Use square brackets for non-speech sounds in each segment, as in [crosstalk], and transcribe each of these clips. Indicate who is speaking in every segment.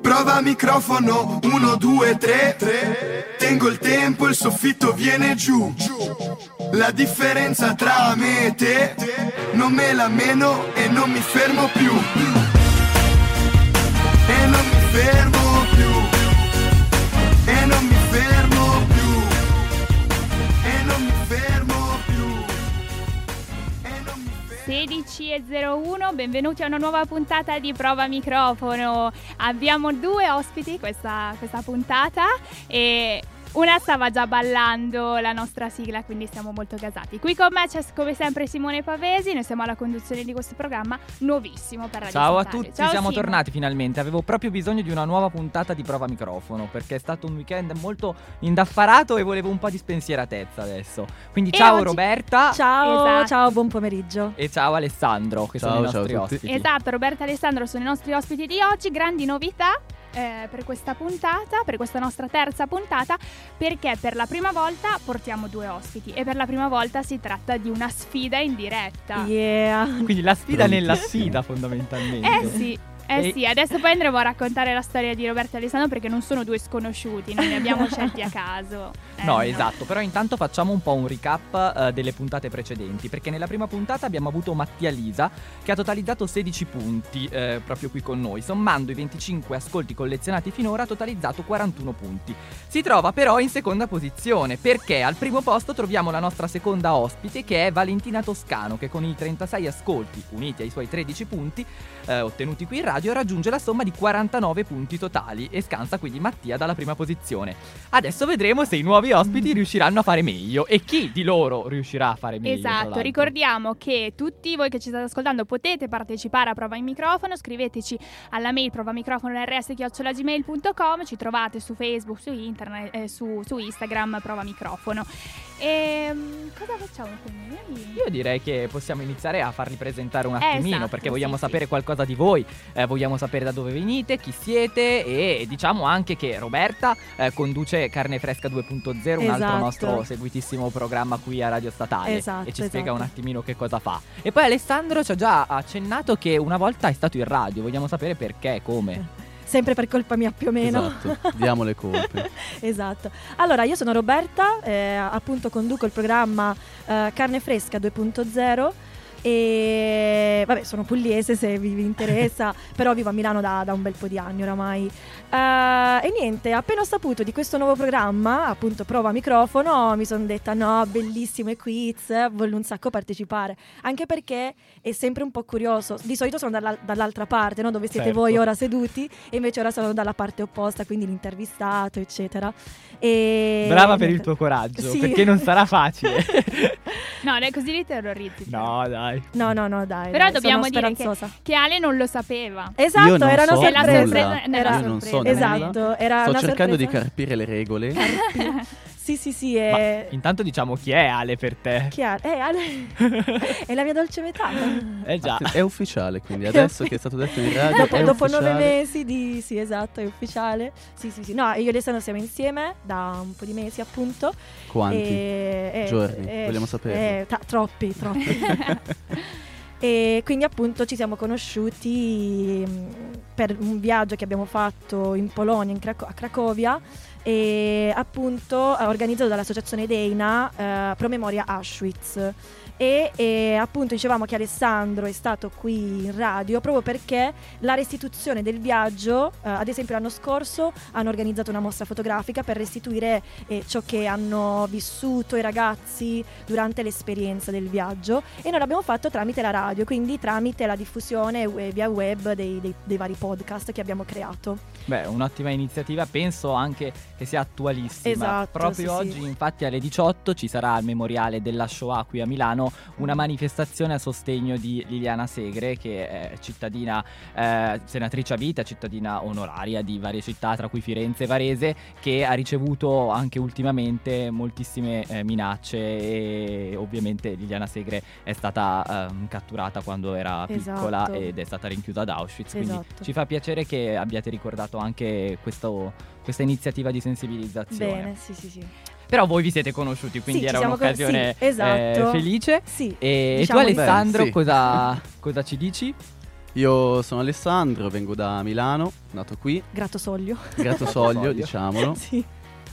Speaker 1: Prova microfono, uno, due, tre, tre. Tengo il tempo, il soffitto viene giù. La differenza tra me e te, non me la meno e non mi fermo più. E non mi fermo più. E non mi fermo più. E non mi fermo più.
Speaker 2: 16.01, benvenuti a una nuova puntata di Prova Microfono. Abbiamo due ospiti questa, questa puntata e una stava già ballando la nostra sigla, quindi siamo molto gasati. Qui con me c'è come sempre Simone Pavesi, noi siamo alla conduzione di questo programma nuovissimo per la
Speaker 3: Ciao a tutti, siamo tornati finalmente. Avevo proprio bisogno di una nuova puntata di prova microfono perché è stato un weekend molto indaffarato e volevo un po' di spensieratezza adesso. Quindi
Speaker 2: E
Speaker 3: ciao
Speaker 2: oggi-
Speaker 3: Roberta
Speaker 4: Ciao,
Speaker 2: Esatto.
Speaker 4: ciao, buon pomeriggio.
Speaker 3: e ciao Alessandro, che sono
Speaker 5: Ciao,
Speaker 3: i nostri
Speaker 5: ciao a tutti.
Speaker 3: ospiti.
Speaker 2: Esatto, Roberta e Alessandro sono i nostri ospiti di oggi, grandi novità eh, per questa puntata, per questa nostra terza puntata, perché per la prima volta portiamo due ospiti e per la prima volta si tratta di una sfida in diretta.
Speaker 4: Yeah.
Speaker 3: Quindi la sfida
Speaker 5: Pronti?
Speaker 3: nella sfida fondamentalmente.
Speaker 2: Eh sì. Eh
Speaker 3: E-
Speaker 2: sì, adesso poi andremo a raccontare la storia di Roberta e Alessandro perché non sono due sconosciuti, non li
Speaker 3: [laughs]
Speaker 2: abbiamo scelti a caso. Eh,
Speaker 3: No, esatto, però intanto facciamo un po' un recap eh, delle puntate precedenti, perché nella prima puntata abbiamo avuto Mattia Lisa che ha totalizzato 16 punti eh, proprio qui con noi, sommando i 25 ascolti collezionati finora ha totalizzato 41 punti. Si trova però in seconda posizione, perché al primo posto troviamo la nostra seconda ospite che è Valentina Toscano, che con i 36 ascolti uniti ai suoi 13 punti eh, ottenuti qui in radio raggiunge la somma di 49 punti totali e scansa quindi Mattia dalla prima posizione. Adesso vedremo se i nuovi ospiti riusciranno a fare meglio e chi di loro riuscirà a fare meglio. tra
Speaker 2: Esatto,
Speaker 3: l'altro.
Speaker 2: ricordiamo che tutti voi che ci state ascoltando potete partecipare a Prova in Microfono, scriveteci alla mail provamicrofono.rs@gmail.com, ci trovate su Facebook, su internet, eh, su, su Instagram Prova Microfono. Ehm, cosa facciamo quindi?
Speaker 3: Io direi che possiamo iniziare a farli presentare un
Speaker 2: Eh,
Speaker 3: attimino
Speaker 2: esatto,
Speaker 3: perché vogliamo
Speaker 2: sì, sì.
Speaker 3: sapere qualcosa di voi, eh, vogliamo sapere da dove venite, chi siete e diciamo anche che Roberta eh, conduce Carne Fresca 2.0, un altro
Speaker 4: Esatto.
Speaker 3: nostro seguitissimo programma qui a Radio Statale
Speaker 4: Esatto,
Speaker 3: e ci spiega
Speaker 4: esatto.
Speaker 3: un attimino che cosa fa. E poi Alessandro ci ha già accennato che una volta è stato in radio, vogliamo sapere perché, come.
Speaker 4: Sempre per colpa mia più o meno.
Speaker 5: Esatto, diamo le colpe.
Speaker 4: [laughs] Esatto. Allora, io sono Roberta, eh, appunto conduco il programma eh, Carne Fresca 2.0 e vabbè, sono pugliese se vi, vi
Speaker 3: [laughs]
Speaker 4: interessa, però vivo a Milano da, da un bel po' di anni oramai. Eh, e niente, appena ho saputo di questo nuovo programma, appunto prova microfono, mi sono detta no, bellissime quiz, voglio un sacco partecipare, anche perché è sempre un po' curioso. Di solito sono dalla- dall'altra parte, no? dove siete
Speaker 3: Certo.
Speaker 4: voi ora seduti, e invece ora sono dalla parte opposta, quindi l'intervistato, eccetera. E-
Speaker 3: Brava per il
Speaker 4: niente.
Speaker 3: tuo coraggio,
Speaker 4: Eh, Sì.
Speaker 3: perché non sarà facile.
Speaker 4: [laughs]
Speaker 2: No, dai, così li terrorizzi.
Speaker 3: no, dai. [laughs]
Speaker 4: No, no, no, dai.
Speaker 2: Però
Speaker 4: dai,
Speaker 2: dobbiamo
Speaker 4: sono
Speaker 2: dire che-
Speaker 4: speranzosa.
Speaker 2: Che Ale non lo sapeva.
Speaker 5: Io
Speaker 4: Esatto,
Speaker 5: non
Speaker 4: era una
Speaker 5: so
Speaker 2: È la
Speaker 4: sorpresa.
Speaker 2: sorpresa. no,
Speaker 5: nulla.
Speaker 2: è la
Speaker 4: Era-
Speaker 5: Io non so
Speaker 2: sorpresa.
Speaker 5: nulla.
Speaker 4: Esatto, era
Speaker 5: Sto
Speaker 4: una
Speaker 5: cercando di
Speaker 4: sorpresa.
Speaker 5: carpire le regole.
Speaker 4: Eh, Sì, sì, sì,
Speaker 3: Ma
Speaker 4: è
Speaker 3: intanto diciamo chi è Ale per te.
Speaker 4: chiaro. Eh, Ale, è la mia dolce metà.
Speaker 3: Eh già.
Speaker 5: Atten- È ufficiale,
Speaker 4: [laughs]
Speaker 5: quindi adesso che è stato detto in radio
Speaker 4: dopo,
Speaker 5: è
Speaker 4: dopo nove
Speaker 5: ufficiale.
Speaker 4: mesi di sì esatto è ufficiale sì sì sì no io e Alessandro siamo insieme da un po' di mesi appunto
Speaker 5: Quanti?
Speaker 4: E- eh, e-
Speaker 5: giorni?
Speaker 4: e-
Speaker 5: Vogliamo saperlo.
Speaker 4: e- ta- troppi
Speaker 5: [laughs]
Speaker 4: troppi e quindi appunto ci siamo conosciuti mh, per un viaggio che abbiamo fatto in Polonia in Craco- a Cracovia e appunto eh, organizzato dall'associazione Deina eh, Promemoria Auschwitz e, e, appunto dicevamo che Alessandro è stato qui in radio proprio perché la restituzione del viaggio, eh, ad esempio l'anno scorso hanno organizzato una mostra fotografica per restituire eh, ciò che hanno vissuto i ragazzi durante l'esperienza del viaggio e noi l'abbiamo fatto tramite la radio, quindi tramite la diffusione we- via web dei, dei- dei vari podcast che abbiamo creato.
Speaker 3: Beh, un'ottima iniziativa, penso anche che sia attualissima.
Speaker 4: Esatto,
Speaker 3: Proprio
Speaker 4: sì,
Speaker 3: oggi,
Speaker 4: sì.
Speaker 3: infatti, alle 18 ci sarà al memoriale della Shoah qui a Milano una manifestazione a sostegno di Liliana Segre, che è cittadina, eh, senatrice a vita, cittadina onoraria di varie città, tra cui Firenze e Varese, che ha ricevuto anche ultimamente moltissime eh, minacce e ovviamente Liliana Segre è stata ehm, catturata quando era piccola
Speaker 4: Esatto.
Speaker 3: ed è stata rinchiusa ad Auschwitz. Quindi
Speaker 4: Esatto.
Speaker 3: ci fa piacere che abbiate ricordato anche questo- questa iniziativa di sensibilizzazione.
Speaker 4: Bene, sì sì sì.
Speaker 3: Però voi vi siete conosciuti, quindi
Speaker 4: Sì, ci
Speaker 3: era
Speaker 4: siamo con-
Speaker 3: un'occasione
Speaker 4: sì, esatto.
Speaker 3: eh, felice.
Speaker 4: Sì,
Speaker 3: E, e
Speaker 4: diciamo
Speaker 3: tu
Speaker 4: di-
Speaker 3: Alessandro
Speaker 5: Beh, sì.
Speaker 3: cosa, cosa ci dici?
Speaker 5: Io sono Alessandro, vengo da Milano, nato qui,
Speaker 4: Grato Soglio. [laughs]
Speaker 5: Grattosoglio,
Speaker 3: Soglio.
Speaker 5: diciamolo,
Speaker 4: sì,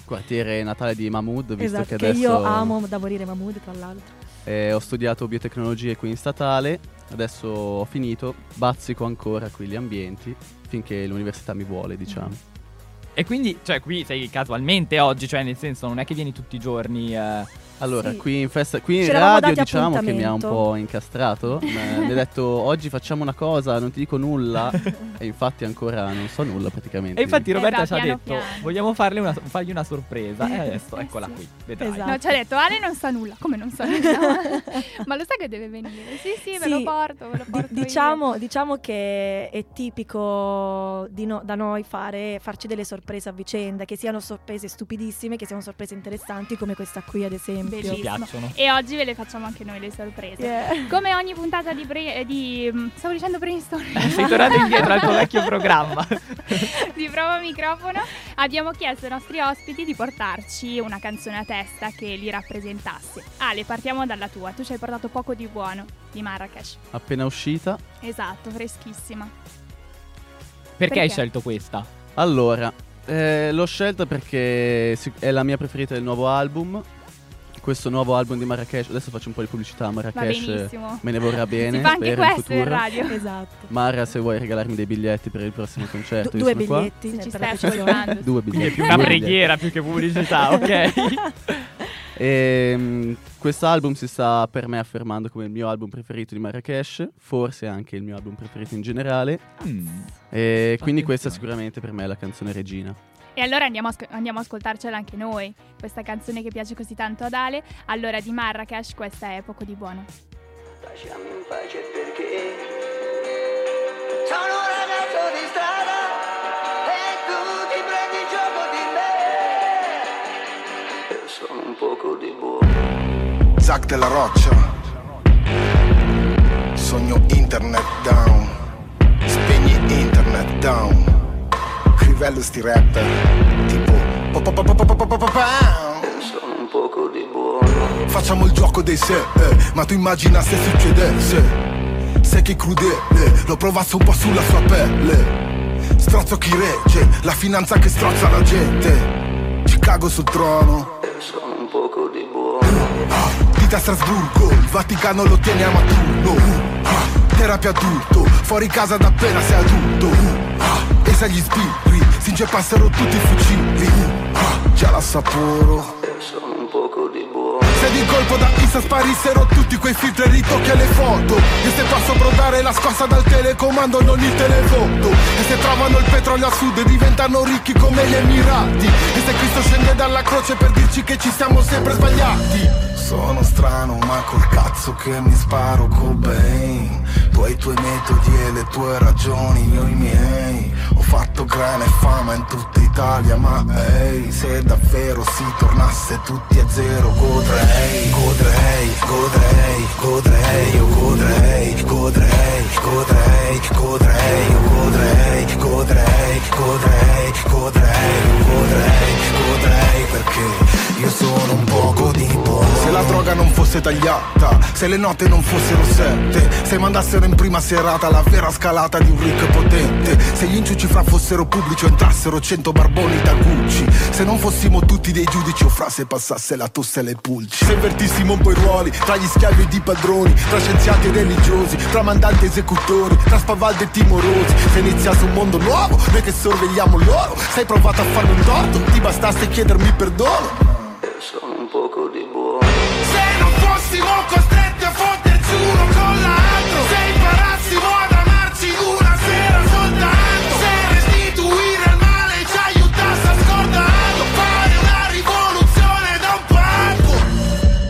Speaker 5: quartiere natale di Mahmood, visto
Speaker 4: esatto,
Speaker 5: che
Speaker 4: che,
Speaker 5: adesso
Speaker 4: io amo da morire Mahmood, tra l'altro.
Speaker 5: eh, ho studiato biotecnologie qui in statale, adesso ho finito, bazzico ancora qui gli ambienti, finché l'università mi vuole, diciamo.
Speaker 3: E quindi, cioè, qui sei casualmente oggi, cioè, nel senso, non è che vieni tutti i giorni. eh,
Speaker 5: Allora,
Speaker 4: Sì.
Speaker 5: qui in festa, qui in
Speaker 4: Ci eravamo
Speaker 5: radio
Speaker 4: dati
Speaker 5: diciamo che mi ha un
Speaker 4: appuntamento.
Speaker 3: [laughs]
Speaker 5: po' incastrato. ma mi ha detto oggi facciamo una cosa, non ti dico
Speaker 3: [laughs]
Speaker 5: nulla. e infatti ancora non so nulla praticamente.
Speaker 3: E infatti
Speaker 2: Eh,
Speaker 3: Roberta
Speaker 2: va,
Speaker 3: ci ha
Speaker 2: piano
Speaker 3: detto:
Speaker 2: piano.
Speaker 3: Vogliamo farle una, fargli una sorpresa.
Speaker 4: [laughs]
Speaker 3: E adesso
Speaker 4: Eh,
Speaker 3: eccola
Speaker 4: sì.
Speaker 3: qui, vedrai.
Speaker 4: Esatto.
Speaker 2: No, ci ha detto Ale non sa nulla. Come non sa nulla? [laughs] Ma lo sa che deve venire. Sì, sì, ve lo
Speaker 4: Sì,
Speaker 2: porto, ve lo
Speaker 4: Di-
Speaker 2: porto. io.
Speaker 4: diciamo, diciamo che è tipico di no- da noi fare, farci delle sorprese a vicenda, che siano sorprese stupidissime, che siano sorprese interessanti come questa qui ad esempio.
Speaker 3: Ci
Speaker 2: Bellissimo.
Speaker 3: piacciono.
Speaker 2: E oggi ve le facciamo anche noi le sorprese.
Speaker 4: Yeah.
Speaker 2: Come ogni puntata di, bre- eh, di mm, stavo dicendo brainstorming.
Speaker 3: Sei tornato indietro al tuo vecchio programma.
Speaker 2: [laughs] di prova microfono, abbiamo chiesto ai nostri ospiti di portarci una canzone a testa che li rappresentasse. Ale, partiamo dalla tua. Tu ci hai portato poco di buono di Marrakesh.
Speaker 5: Appena uscita.
Speaker 2: Esatto, freschissima.
Speaker 3: Perché hai
Speaker 2: Perché?
Speaker 3: scelto questa?
Speaker 5: Allora, eh, l'ho scelta perché si- è la mia preferita del nuovo album. Questo nuovo album di Marrakesh. Adesso faccio un po' di pubblicità a
Speaker 2: Va
Speaker 5: Marrakesh. eh,
Speaker 2: benissimo.
Speaker 5: Me
Speaker 2: [laughs]
Speaker 5: ne vorrà bene.
Speaker 2: si fa anche
Speaker 5: per il
Speaker 2: questo in
Speaker 5: futuro.
Speaker 2: radio.
Speaker 4: Esatto.
Speaker 5: Mara, se vuoi regalarmi dei biglietti per il prossimo concerto,
Speaker 4: Du-
Speaker 5: io
Speaker 4: due
Speaker 5: sono qua.
Speaker 4: biglietti
Speaker 2: Se ci
Speaker 4: per
Speaker 2: stai
Speaker 4: la precisione.
Speaker 2: ascoltando.
Speaker 5: Due biglietti.
Speaker 3: Quindi è più una
Speaker 5: due biglietti.
Speaker 3: preghiera più che
Speaker 4: [laughs]
Speaker 3: pubblicità, ok?
Speaker 5: E quest'album Ehm, si sta per me affermando come il mio album preferito di Marrakesh, forse anche il mio album preferito in generale.
Speaker 4: Ah,
Speaker 3: Mm.
Speaker 5: E quindi questa
Speaker 3: Attenzione.
Speaker 5: sicuramente per me è la canzone regina.
Speaker 2: E allora andiamo a, sc- andiamo a ascoltarcela anche noi, questa canzone che piace così tanto ad Ale. Allora di Marrakesh questa è poco di buono.
Speaker 6: Lasciami in pace perché sono un ragazzo di strada e tu ti prendi in gioco di me. Io sono un poco di buono.
Speaker 7: Zac della roccia Sogno internet down Spegni internet down Crivello sti rapper Tipo pa pa pa pa pa pa pa pa pa pa.
Speaker 6: Io sono un poco di buono.
Speaker 7: Facciamo il gioco dei se eh, Ma tu immagina se succedesse Sei che crudele L'ho provato eh, un po' sulla sua pelle Strozzo chi regge La finanza che strozza la gente Chicago sul trono
Speaker 6: Io sono un poco di buono.
Speaker 7: Ah, Dita a Strasburgo, il Vaticano lo tiene a Maturno Ah, Terapia adulto, fuori casa da appena sei adulto Ah, E se gli sbirri, si inceppassero tutti i fucili Ah, Già la saporo
Speaker 6: Io sono un poco di buono.
Speaker 7: se di colpo da Insta sparissero tutti quei filtri e ritocchi alle foto E se posso provare la scossa dal telecomando non il telefoto E se trovano il petrolio a sud e diventano ricchi come gli Emirati E se Cristo scende dalla croce per dirci che ci siamo sempre sbagliati Sono strano ma col cazzo che mi sparo Cobain Tu hai i tuoi metodi e le tue ragioni, io i miei Ho fatto grana e fama in tutta Italia ma ehi Se davvero si tornasse tutti a zero godrei Godrei, godrei, godrei, io godrei Godrei, godrei, godrei, io godrei Godrei, godrei, godrei, io godrei Godrei perché io sono un poco di buono Se la droga non fosse tagliata, se le note non fossero sette Se mandassero in prima serata la vera scalata di un ricco e potente Se gli inciuci fra fossero pubblici o entrassero cento barboni da Gucci Se non fossimo tutti dei giudici o fra se passasse la tosse alle pulci Se invertissimo un po' i ruoli tra gli schiavi ed i padroni Tra scienziati e religiosi, tra mandanti e esecutori Tra spavaldi e timorosi Se iniziasse un mondo nuovo, noi che sorvegliamo loro Se hai provato a farmi un torto, ti bastasse chiedermi perdono
Speaker 6: Io sono un poco di buono.
Speaker 7: se non fossimo costretti a fotterci uno con l'altro Se imparassimo ad amarci una sera soltanto Se restituire al male ci aiutasse a scordarlo Fare una rivoluzione da un palco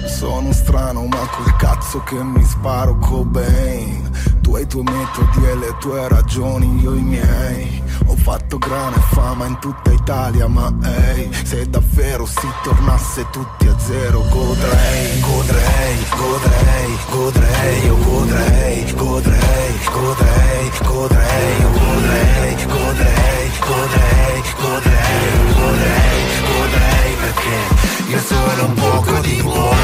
Speaker 7: sono strano ma col cazzo che mi sparo Cobain Tu hai i tuoi metodi e le tue ragioni, io i miei Ho fatto grana e fama in tutta Italia ma ehi Se davvero si tornasse tutti a zero Godrei, godrei, godrei, godrei, io godrei Godrei, godrei, godrei, io godrei Godrei, godrei, godrei, io godrei, godrei perché io sono un poco di buono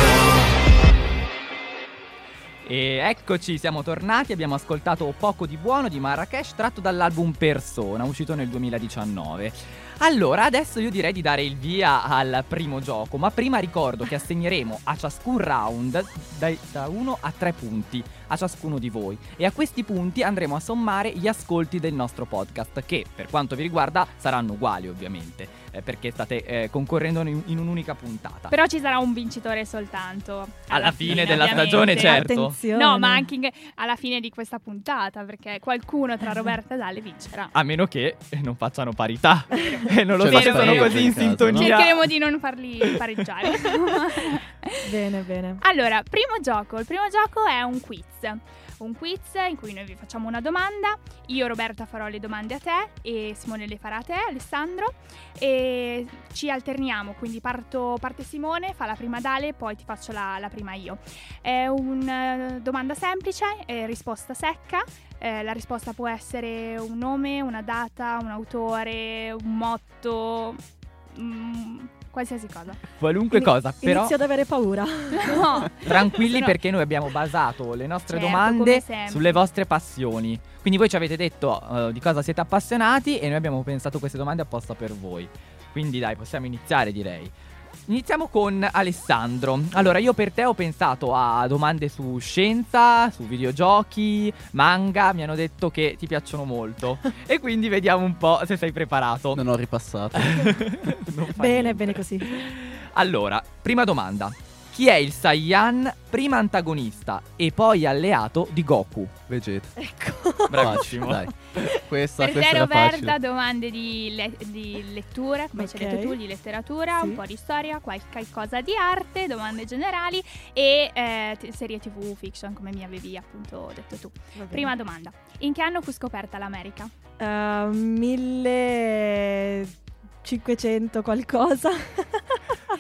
Speaker 3: E Eccoci, siamo tornati, abbiamo ascoltato Poco di buono di Marrakesh tratto dall'album Persona, uscito nel 2019. Allora, adesso io direi di dare il via al primo gioco, ma prima ricordo che assegneremo a ciascun round dai- da 1 a 3 punti a ciascuno di voi e a questi punti andremo a sommare gli ascolti del nostro podcast che per quanto vi riguarda saranno uguali ovviamente eh, perché state eh, concorrendo in, in un'unica puntata.
Speaker 2: Però ci sarà un vincitore soltanto.
Speaker 3: Alla fine della stagione,
Speaker 2: ovviamente.
Speaker 3: certo.
Speaker 4: Attenzione.
Speaker 2: No, ma anche in- alla fine di questa puntata, perché qualcuno
Speaker 4: [laughs]
Speaker 2: tra Roberta e Dalle vincerà.
Speaker 3: A meno che eh, non facciano [laughs] parità. Eh, non lo
Speaker 2: Cioè,
Speaker 3: so, se
Speaker 5: C'è la
Speaker 3: sono
Speaker 2: parità
Speaker 3: così in
Speaker 5: in casa, no?
Speaker 3: sintonia.
Speaker 2: Cercheremo di non farli pareggiare.
Speaker 4: [laughs]
Speaker 2: [laughs]
Speaker 4: Bene, bene.
Speaker 2: allora, primo gioco. Il primo gioco è un quiz. Un quiz in cui noi vi facciamo una domanda. Io, Roberta, farò le domande a te e Simone le farà a te, Alessandro. E ci alterniamo, quindi parto, parte Simone, fa la prima Dale, poi ti faccio la, la prima io. È una domanda semplice, eh, risposta secca. Eh, la risposta può essere un nome, una data, un autore, un motto, mm, qualsiasi cosa.
Speaker 3: Qualunque
Speaker 4: Ini-
Speaker 3: cosa, però
Speaker 4: Inizio ad avere paura.
Speaker 2: [laughs] No, [laughs]
Speaker 3: tranquilli
Speaker 2: Sennò-
Speaker 3: perché noi abbiamo basato le nostre
Speaker 2: Certo, come
Speaker 3: domande
Speaker 2: sempre.
Speaker 3: sulle vostre passioni. Quindi voi ci avete detto eh, di cosa siete appassionati e noi abbiamo pensato queste domande apposta per voi. Quindi dai, possiamo iniziare direi. Iniziamo con Alessandro. Allora, io per te ho pensato a domande su scienza, su videogiochi, manga, mi hanno detto che ti
Speaker 2: [laughs]
Speaker 3: piacciono molto. e quindi vediamo un po' se sei preparato.
Speaker 5: Non ho ripassato.
Speaker 3: Non fa
Speaker 4: Bene,
Speaker 3: niente.
Speaker 4: bene così.
Speaker 3: Allora, prima domanda. Chi è il Saiyan prima antagonista e poi alleato di Goku?
Speaker 5: Vegeta.
Speaker 4: Ecco.
Speaker 3: Bravissimo.
Speaker 5: Dai. Questa,
Speaker 2: per
Speaker 5: questa
Speaker 2: te
Speaker 5: era
Speaker 2: Roberta
Speaker 5: facile.
Speaker 2: domande di, le- di lettura, come ci hai
Speaker 4: Ok.
Speaker 2: detto tu, di letteratura,
Speaker 4: Sì.
Speaker 2: un po' di storia, qualche cosa di arte, domande generali e eh, t- serie tv fiction come mi avevi appunto detto tu. Prima domanda, in che anno fu scoperta l'America?
Speaker 4: Eh, 1500 qualcosa.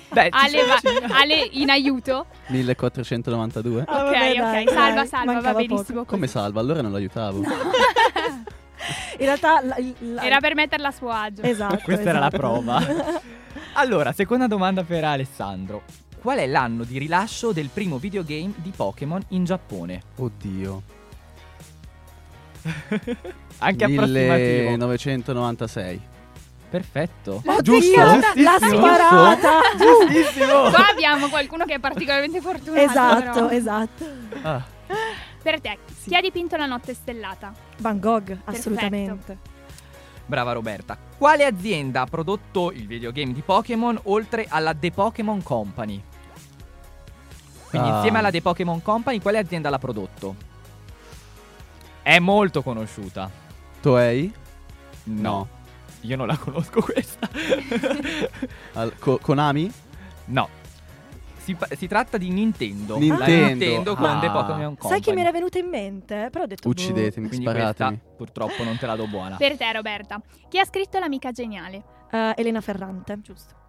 Speaker 3: Beh, Eh, ci
Speaker 2: Ale, va- [laughs]
Speaker 3: sono-
Speaker 2: Ale in aiuto?
Speaker 5: 1492.
Speaker 2: ok,
Speaker 4: Ah, vabbè,
Speaker 2: ok,
Speaker 4: dai,
Speaker 2: salva, salva,
Speaker 4: dai,
Speaker 2: va
Speaker 4: mancava poco.
Speaker 2: benissimo. così.
Speaker 5: Come salva? Allora non l'aiutavo.
Speaker 4: In realtà... la- il- la-
Speaker 2: Era per metterla a suo agio.
Speaker 4: Esatto.
Speaker 3: Questa era la
Speaker 4: esatto.
Speaker 3: prova.
Speaker 4: [laughs]
Speaker 3: allora, seconda domanda per Alessandro. Qual è l'anno di rilascio del primo videogame di Pokémon in Giappone?
Speaker 5: Oddio.
Speaker 3: [laughs] Anche approssimativo.
Speaker 5: 1996.
Speaker 3: Perfetto.
Speaker 4: Oddio,
Speaker 3: Giusto,
Speaker 4: l'ha
Speaker 3: giustissimo.
Speaker 4: sparata.
Speaker 3: [laughs] Giustissimo.
Speaker 2: Qua abbiamo qualcuno che è particolarmente fortunato.
Speaker 4: Esatto,
Speaker 2: però.
Speaker 4: esatto.
Speaker 3: Ah,
Speaker 2: Per te, chi ha dipinto la notte stellata?
Speaker 4: Van Gogh, assolutamente.
Speaker 3: brava Roberta. Quale azienda ha prodotto il videogame di Pokémon oltre alla The Pokémon Company? Quindi
Speaker 5: Ah.
Speaker 3: insieme alla The Pokémon Company, quale azienda l'ha prodotto? È molto conosciuta.
Speaker 5: Toei?
Speaker 3: No. Io non la conosco questa.
Speaker 5: [laughs] Al- Co- Konami?
Speaker 3: no. Si, pa- si tratta di Nintendo. La
Speaker 5: Nintendo.
Speaker 3: Nintendo con
Speaker 5: Ah.
Speaker 3: The Pokémon Company.
Speaker 4: Sai che mi era venuta in mente? Però ho detto... boh.
Speaker 5: Uccidetemi,
Speaker 3: Quindi
Speaker 5: sparatemi.
Speaker 3: questa purtroppo non te la do buona.
Speaker 2: Per te, Roberta, chi ha scritto L'amica geniale?
Speaker 4: Eh, Elena Ferrante.
Speaker 2: Giusto.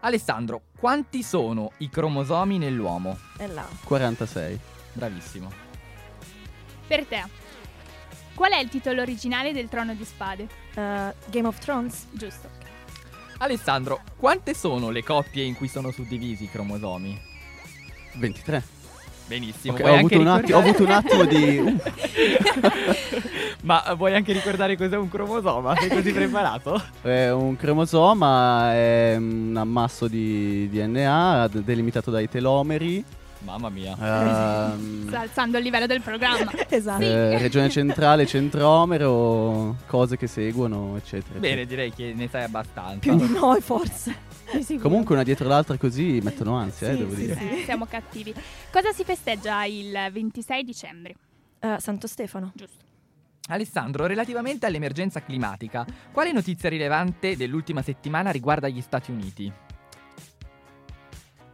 Speaker 3: Alessandro, quanti sono i cromosomi nell'uomo?
Speaker 4: È là.
Speaker 5: 46.
Speaker 3: Bravissimo.
Speaker 2: Per te, qual è il titolo originale del Trono di Spade?
Speaker 4: Eh, Game of Thrones.
Speaker 2: Giusto.
Speaker 3: Alessandro, quante sono le coppie in cui sono suddivisi i cromosomi?
Speaker 5: 23.
Speaker 3: Benissimo.
Speaker 5: Ok,
Speaker 3: vuoi
Speaker 5: ho,
Speaker 3: anche
Speaker 5: avuto un atti- ho
Speaker 3: ricordare-
Speaker 5: avuto un attimo di... Uh,
Speaker 3: [laughs] Ma vuoi anche ricordare cos'è un cromosoma? Sei così preparato?
Speaker 5: È un cromosoma è un ammasso di DNA d- delimitato dai telomeri,
Speaker 3: Mamma mia.
Speaker 5: ehm,
Speaker 2: Sta alzando il livello del programma.
Speaker 4: [laughs] esatto.
Speaker 5: eh, regione centrale, centromero, cose che seguono, eccetera.
Speaker 3: Bene,
Speaker 5: eccetera.
Speaker 3: direi che ne sai abbastanza.
Speaker 4: Più di noi forse.
Speaker 5: Comunque una dietro l'altra così mettono ansia, eh,
Speaker 4: Sì,
Speaker 5: devo
Speaker 4: sì,
Speaker 5: dire.
Speaker 4: sì.
Speaker 2: Eh, siamo cattivi. Cosa si festeggia il 26 dicembre?
Speaker 4: Eh, Santo Stefano.
Speaker 2: Giusto.
Speaker 3: Alessandro, relativamente all'emergenza climatica, quale notizia rilevante dell'ultima settimana riguarda gli Stati Uniti?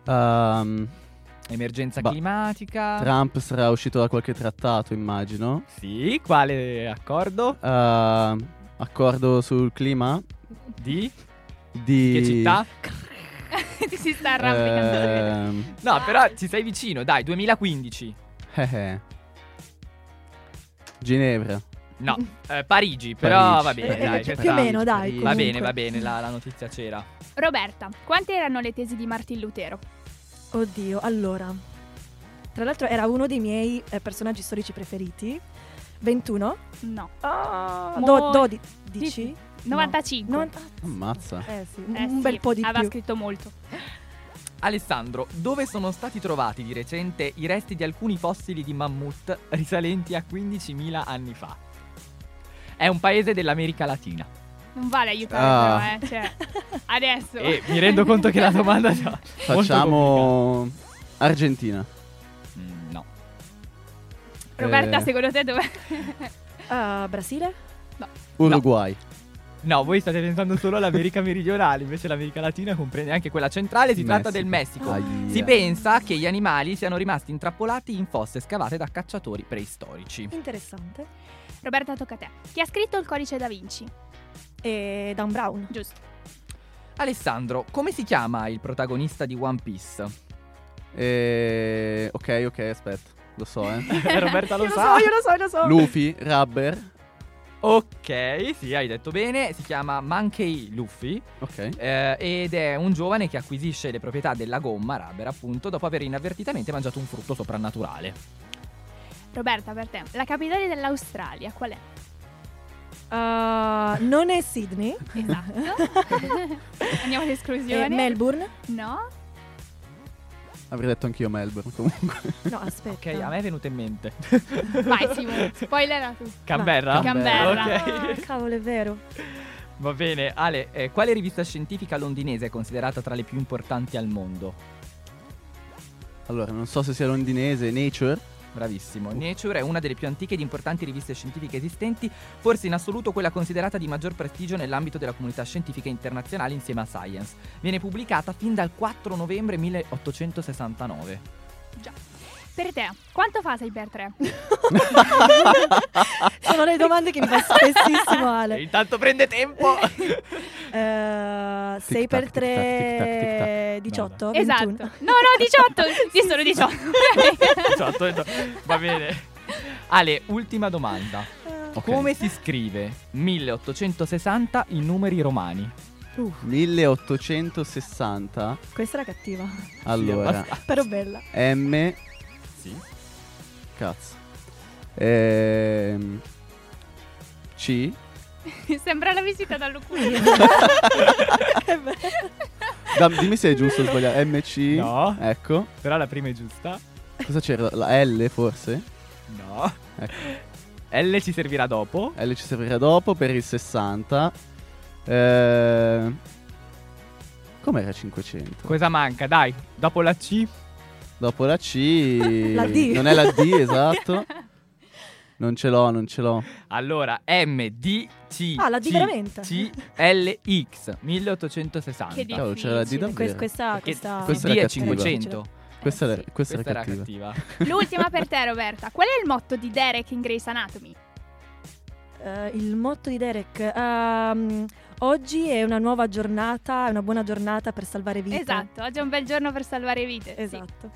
Speaker 5: Ehm,
Speaker 3: Emergenza
Speaker 5: Ba-
Speaker 3: climatica?
Speaker 5: Trump sarà uscito da qualche trattato, immagino.
Speaker 3: Sì, quale accordo?
Speaker 5: Ehm, accordo sul clima
Speaker 3: Di?
Speaker 5: di...
Speaker 3: Che città?
Speaker 2: [laughs] Ti si sta arrampicando.
Speaker 5: Ehm,
Speaker 3: Eh, No, però ci sei vicino, dai, 2015.
Speaker 5: eh, eh. Ginevra.
Speaker 3: No, eh, Parigi, però
Speaker 5: Parigi.
Speaker 3: va bene,
Speaker 4: Mm. Eh,
Speaker 3: dai.
Speaker 4: cioè,
Speaker 3: questa-
Speaker 4: più o meno, dai.
Speaker 5: Va
Speaker 3: Va
Speaker 4: comunque.
Speaker 3: bene, va bene, la, la notizia c'era.
Speaker 2: Roberta, quante erano le tesi di Martin Lutero?
Speaker 4: Oddio, allora. Tra l'altro era uno dei miei eh, personaggi storici preferiti. 21?
Speaker 2: No.
Speaker 4: Ah,
Speaker 2: Mo-
Speaker 4: 12? No.
Speaker 2: 95.
Speaker 4: Non-
Speaker 5: Ammazza.
Speaker 4: eh sì, un,
Speaker 2: Eh
Speaker 4: un
Speaker 2: sì,
Speaker 4: bel po' di
Speaker 2: aveva
Speaker 4: più.
Speaker 2: scritto molto.
Speaker 3: Alessandro, dove sono stati trovati di recente i resti di alcuni fossili di mammut risalenti a 15.000 anni fa? È un paese dell'America Latina.
Speaker 2: Non vale aiutarlo,
Speaker 5: Ah.
Speaker 2: eh. Cioè, adesso.
Speaker 3: E mi rendo
Speaker 2: [laughs]
Speaker 3: conto che la domanda già molto
Speaker 5: Facciamo Argentina.
Speaker 3: complicata. Mm, no.
Speaker 2: Roberta,
Speaker 5: Eh,
Speaker 2: secondo te dove?
Speaker 4: [laughs] Ah, Brasile?
Speaker 5: Uruguay.
Speaker 3: No, voi state pensando solo all'America meridionale, invece l'America Latina comprende anche quella centrale, si tratta del Messico.
Speaker 5: Aia.
Speaker 3: Si pensa che gli animali siano rimasti intrappolati in fosse scavate da cacciatori preistorici.
Speaker 4: Interessante.
Speaker 2: Roberta, tocca a te. Chi ha scritto il codice da Vinci?
Speaker 4: E Dan Brown.
Speaker 2: Giusto.
Speaker 3: Alessandro, come si chiama il protagonista di One Piece?
Speaker 5: Eh, ok, ok, aspetta. Lo so, eh.
Speaker 3: Roberta
Speaker 4: Io lo so, io lo so, io lo so.
Speaker 5: Luffy, Rubber.
Speaker 3: Ok, sì, hai detto bene. Si chiama Monkey Luffy
Speaker 5: Ok.
Speaker 3: eh, ed è un giovane che acquisisce le proprietà della gomma rubber, appunto, dopo aver inavvertitamente mangiato un frutto soprannaturale.
Speaker 2: Roberta, per te. La capitale dell'Australia qual è?
Speaker 4: Ah, non è Sydney. [laughs]
Speaker 2: Esatto. Andiamo all'esclusione.
Speaker 4: È eh, Melbourne?
Speaker 2: No?
Speaker 5: Avrei detto anch'io Melbourne comunque.
Speaker 4: [laughs] No, aspetta.
Speaker 3: Ok, a me è venuto in mente.
Speaker 2: Vai, Simone. Spoiler tu.
Speaker 3: Canberra?
Speaker 2: Canberra.
Speaker 3: [laughs] Ok.
Speaker 4: Ah, cavolo, è vero. [laughs]
Speaker 3: Va bene, Ale, eh, quale rivista scientifica londinese è considerata tra le più importanti al mondo?
Speaker 5: [laughs] Allora, non so se sia londinese, Nature.
Speaker 3: Bravissimo. Nature è una delle più antiche ed importanti riviste scientifiche esistenti, forse in assoluto quella considerata di maggior prestigio nell'ambito della comunità scientifica internazionale insieme a Science. Viene pubblicata fin dal 4 novembre 1869.
Speaker 2: Già. Per te. Quanto fa 6 per 3?
Speaker 4: Sono le domande che mi fa spessissimo
Speaker 3: E
Speaker 4: Ale.
Speaker 3: intanto prende tempo!
Speaker 4: [laughs] 6
Speaker 5: Tic-tac,
Speaker 4: Eh, per
Speaker 5: tic-tac, tic-tac,
Speaker 4: 3
Speaker 5: tic-tac.
Speaker 4: 18
Speaker 2: esatto.
Speaker 4: 21.
Speaker 2: No, no, 18. Sì, sono 18.
Speaker 3: Esatto, esatto. Va bene. Ale, ultima domanda.
Speaker 5: Ok.
Speaker 3: Come si scrive 1860 in numeri romani?
Speaker 4: Uh,
Speaker 5: 1860.
Speaker 4: questa era cattiva,
Speaker 5: Allora,
Speaker 3: abbastanza.
Speaker 4: però bella.
Speaker 5: M.
Speaker 3: Sì.
Speaker 5: Cazzo. Ehm, C.
Speaker 2: Sembra la visita dall'oculista.
Speaker 5: Dam- dimmi se è giusto o sbagliato. MC.
Speaker 3: No.
Speaker 5: Ecco.
Speaker 3: Però la prima è giusta.
Speaker 5: Cosa c'era? La L forse?
Speaker 3: No.
Speaker 5: Ecco.
Speaker 3: L ci servirà dopo.
Speaker 5: L ci servirà dopo per il 60. Eh, com'era 500?
Speaker 3: Cosa manca? Dai, dopo la C.
Speaker 5: dopo la C.
Speaker 3: [laughs]
Speaker 4: La D.
Speaker 5: Non è la D, esatto. Non ce l'ho, non ce l'ho.
Speaker 3: Allora, M, D, C.
Speaker 4: Ah, la D
Speaker 3: C,
Speaker 4: veramente?
Speaker 3: C, L, X, 1860.
Speaker 2: Che dici?
Speaker 5: Cavolo, c'era la D
Speaker 2: Difficile.
Speaker 5: davvero.
Speaker 4: Que- questa
Speaker 3: Perché
Speaker 4: questa,
Speaker 5: questa
Speaker 3: D
Speaker 5: era
Speaker 3: è
Speaker 5: cattiva.
Speaker 3: 500.
Speaker 5: Questa,
Speaker 2: Eh
Speaker 5: era,
Speaker 2: sì.
Speaker 5: questa era
Speaker 3: Questa era
Speaker 5: cattiva.
Speaker 3: cattiva.
Speaker 2: L'ultima per te, Roberta. Qual è il motto di Derek in Grey's Anatomy?
Speaker 4: Eh, il motto di Derek ehm, oggi è una nuova giornata, è una buona giornata per salvare vite.
Speaker 2: Esatto, oggi è un bel giorno per salvare vite. sì.
Speaker 4: Esatto.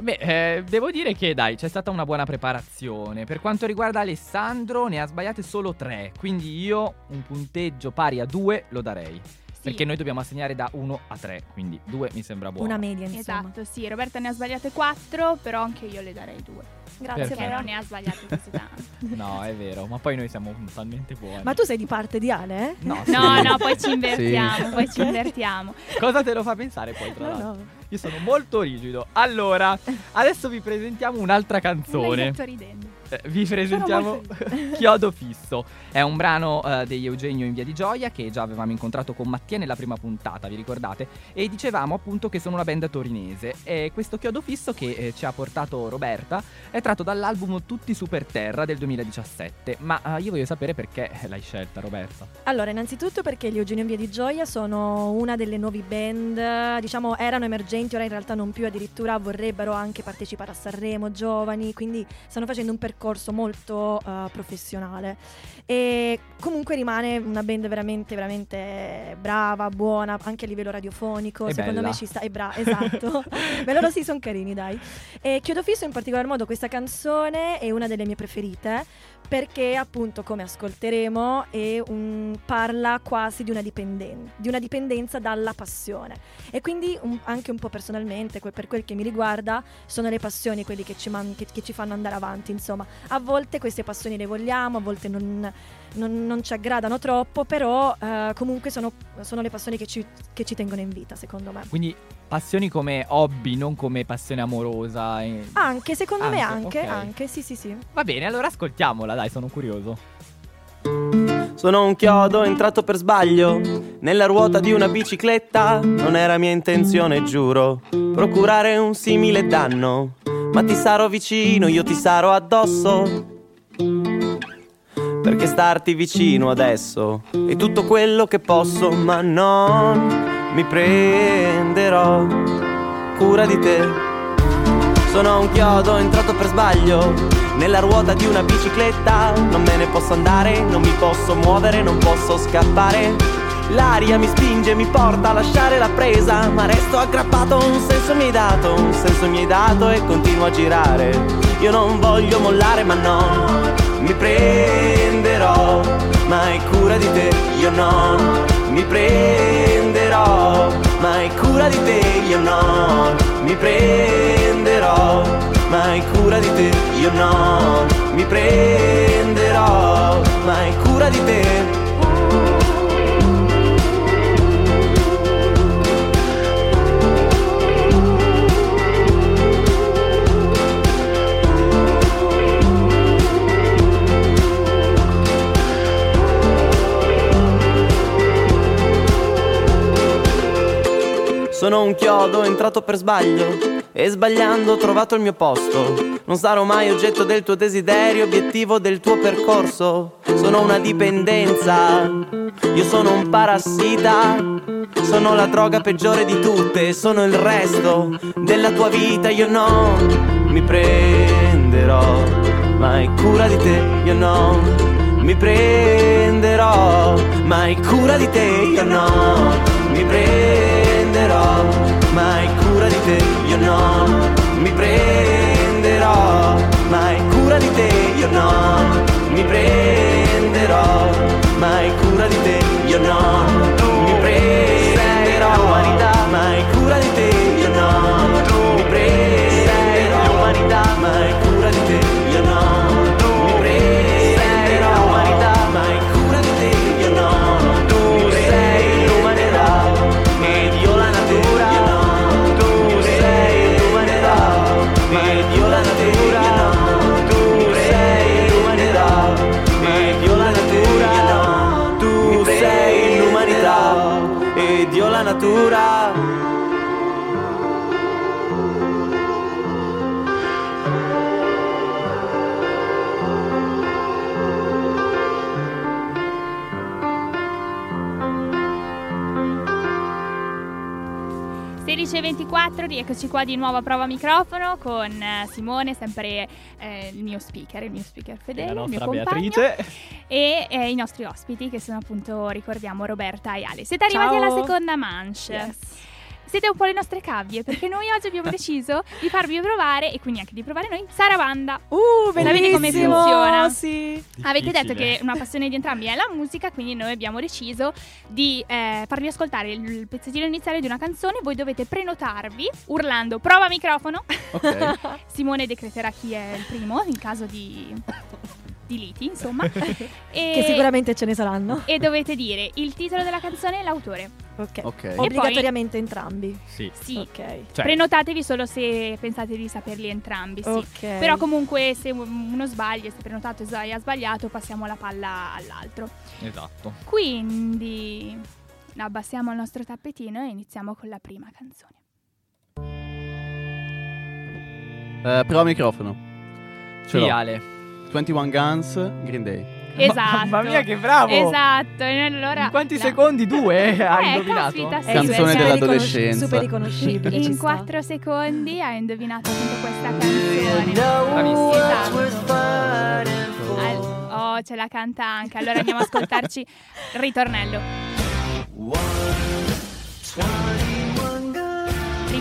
Speaker 3: Beh, eh, devo dire che dai, c'è stata una buona preparazione. Per quanto riguarda Alessandro, ne ha sbagliate solo tre. Quindi io un punteggio pari a 2 lo darei.
Speaker 2: Sì,
Speaker 3: Perché noi dobbiamo assegnare da 1 a 3. Quindi 2 mi sembra buono.
Speaker 4: Una media, insomma.
Speaker 2: Esatto, sì, Roberta ne ha sbagliate 4, però anche io le darei 2.
Speaker 4: Grazie
Speaker 3: Perché?
Speaker 2: Però
Speaker 4: Vero.
Speaker 2: ne ha sbagliate
Speaker 3: [laughs]
Speaker 2: così tante.
Speaker 3: No, è vero, ma poi noi siamo talmente buoni.
Speaker 4: Ma tu sei di parte di Ale, eh?
Speaker 3: No, sì.
Speaker 2: No, Ah, no, poi ci invertiamo,
Speaker 5: Sì.
Speaker 2: poi
Speaker 4: [laughs]
Speaker 2: ci invertiamo.
Speaker 3: Cosa te lo fa pensare poi, tra
Speaker 4: No,
Speaker 3: l'altro?
Speaker 4: no.
Speaker 3: Io sono molto rigido. Allora, adesso vi presentiamo un'altra
Speaker 2: L'hai
Speaker 3: canzone.
Speaker 2: detto ridendo.
Speaker 3: Eh, Vi presentiamo
Speaker 4: molto
Speaker 3: [laughs] Chiodo Fisso. È un brano eh, degli Eugenio in Via di Gioia che già avevamo incontrato con Mattia nella prima puntata, vi ricordate? E dicevamo appunto che sono una band torinese. E questo Chiodo Fisso che eh, ci ha portato Roberta è tratto dall'album Tutti Super Terra del 2017. Ma eh, io voglio sapere perché l'hai scelta, Roberta.
Speaker 4: Allora, innanzitutto perché gli Eugenio in Via di Gioia sono una delle nuove band, eh, diciamo erano emergenti, ora in realtà non più, addirittura vorrebbero anche partecipare a Sanremo, giovani, quindi stanno facendo un percorso molto eh, professionale. E comunque rimane una band veramente, veramente brava, buona, anche a livello radiofonico.
Speaker 3: E
Speaker 4: Secondo
Speaker 3: bella.
Speaker 4: me ci sta, è brava, esatto. Beh, loro sì, sono carini, dai. E Chiodo Fisso in particolar modo questa canzone è una delle mie preferite perché appunto come ascolteremo è un- parla quasi di una, dipenden- di una dipendenza dalla passione e quindi un- anche un po' personalmente que- per quel che mi riguarda sono le passioni quelli che ci, man- che- che ci fanno andare avanti insomma a volte queste passioni le vogliamo a volte non, non- non ci aggradano troppo però eh, comunque sono, sono le passioni che ci, che ci tengono in vita secondo me
Speaker 3: Quindi passioni come hobby, non come passione amorosa. eh.
Speaker 4: anche secondo me anche
Speaker 3: Anche, ok.
Speaker 4: anche sì sì sì
Speaker 3: Va bene, allora ascoltiamola, dai, sono curioso.
Speaker 8: Sono un chiodo entrato per sbaglio nella ruota di una bicicletta. Non era mia intenzione, giuro, procurare un simile danno. Ma ti sarò vicino, io ti sarò addosso. Perché starti vicino adesso è tutto quello che posso, ma non mi prenderò cura di te. Sono un chiodo entrato per sbaglio nella ruota di una bicicletta. Non me ne posso andare, non mi posso muovere, non posso scappare. L'aria mi spinge, mi porta a lasciare la presa, ma resto aggrappato, un senso mi hai dato, un senso mi hai dato e continuo a girare. Io non voglio mollare, ma no, mi prenderò, ma è cura di te, io no, mi prenderò, ma è cura di te, io no, mi prenderò, ma è cura di te, io no, mi prenderò, ma è cura di te. Sono un chiodo entrato per sbaglio e sbagliando ho trovato il mio posto. Non sarò mai oggetto del tuo desiderio, obiettivo del tuo percorso. Sono una dipendenza, io sono un parassita. Sono la droga peggiore di tutte, sono il resto della tua vita. Io no, mi prenderò, ma è cura di te. Io no, mi prenderò, ma è cura di te. Io no, mi prenderò, ma è cura di te. Io no, mi prenderò, ma è cura di te. Io no, mi prenderò, ma è cura di te. Io no, mi prenderò, ma è cura di te. Io no, mi prenderò, ma è cura di te. Io no, mi prenderò, ma è cura di te. Io no, tu sei l'umanità ed io la natura. Io no, tu sei l'umanità ed io la natura. Io no, tu sei l'umanità ed io la natura. Io no, tu sei l'umanità ed io la natura.
Speaker 2: e 24, rieccoci qua di nuovo a prova microfono con eh, Simone, sempre eh, il mio speaker, il mio speaker fedele,
Speaker 3: la
Speaker 2: il mio
Speaker 3: nostra
Speaker 2: compagno
Speaker 3: Beatrice.
Speaker 2: e eh, i nostri ospiti che sono appunto, ricordiamo, Roberta e Ale. Siete arrivati
Speaker 4: Ciao.
Speaker 2: alla seconda manche. Siete un po' le nostre cavie perché noi oggi
Speaker 4: [laughs]
Speaker 2: abbiamo deciso di farvi provare e quindi anche di provare noi Sarabanda.
Speaker 4: Uh,
Speaker 2: Sapete come
Speaker 4: bellissimo,
Speaker 2: funziona?
Speaker 4: Sì.
Speaker 2: Avete detto
Speaker 9: Difficile.
Speaker 2: che una passione di entrambi è la musica, quindi noi abbiamo deciso di eh, farvi ascoltare il il pezzettino iniziale di una canzone. Voi dovete prenotarvi urlando prova microfono.
Speaker 5: Ok.
Speaker 2: [laughs] Simone decreterà chi è il primo in caso di, di liti, insomma.
Speaker 4: Che sicuramente ce ne saranno.
Speaker 2: E dovete dire il titolo della canzone e l'autore.
Speaker 4: Ok.
Speaker 5: Ok.
Speaker 2: poi-
Speaker 4: Obbligatoriamente entrambi.
Speaker 9: Sì.
Speaker 2: Sì.
Speaker 4: Ok.
Speaker 9: Cioè,
Speaker 2: Prenotatevi solo se pensate di saperli entrambi, sì.
Speaker 4: Ok.
Speaker 2: Però comunque se uno sbaglia, se prenotato e ha sbagliato, passiamo la palla all'altro.
Speaker 3: Esatto.
Speaker 2: Quindi abbassiamo il nostro tappetino e iniziamo con la prima canzone.
Speaker 5: Eh, prova microfono. Ce
Speaker 3: Sì,
Speaker 5: l'ho.
Speaker 3: Ale.
Speaker 5: 21 Guns, Green Day.
Speaker 2: Esatto.
Speaker 3: Mamma mia, che bravo!
Speaker 2: Esatto. E allora,
Speaker 4: Ah,
Speaker 3: In quanti
Speaker 2: no.
Speaker 4: [laughs]
Speaker 3: secondi? Due? Hai
Speaker 2: eh,
Speaker 3: indovinato?
Speaker 2: Caspita, sì,
Speaker 5: Canzone
Speaker 2: perché
Speaker 4: Super riconosci-
Speaker 5: dell'adolescenza.
Speaker 4: Super riconoscibile. ci
Speaker 2: In
Speaker 4: sta.
Speaker 2: 4 secondi hai indovinato appunto questa canzone.
Speaker 3: Bravissima.
Speaker 2: Esatto. Al- Oh, ce la canta anche. Allora andiamo a ascoltarci il ritornello.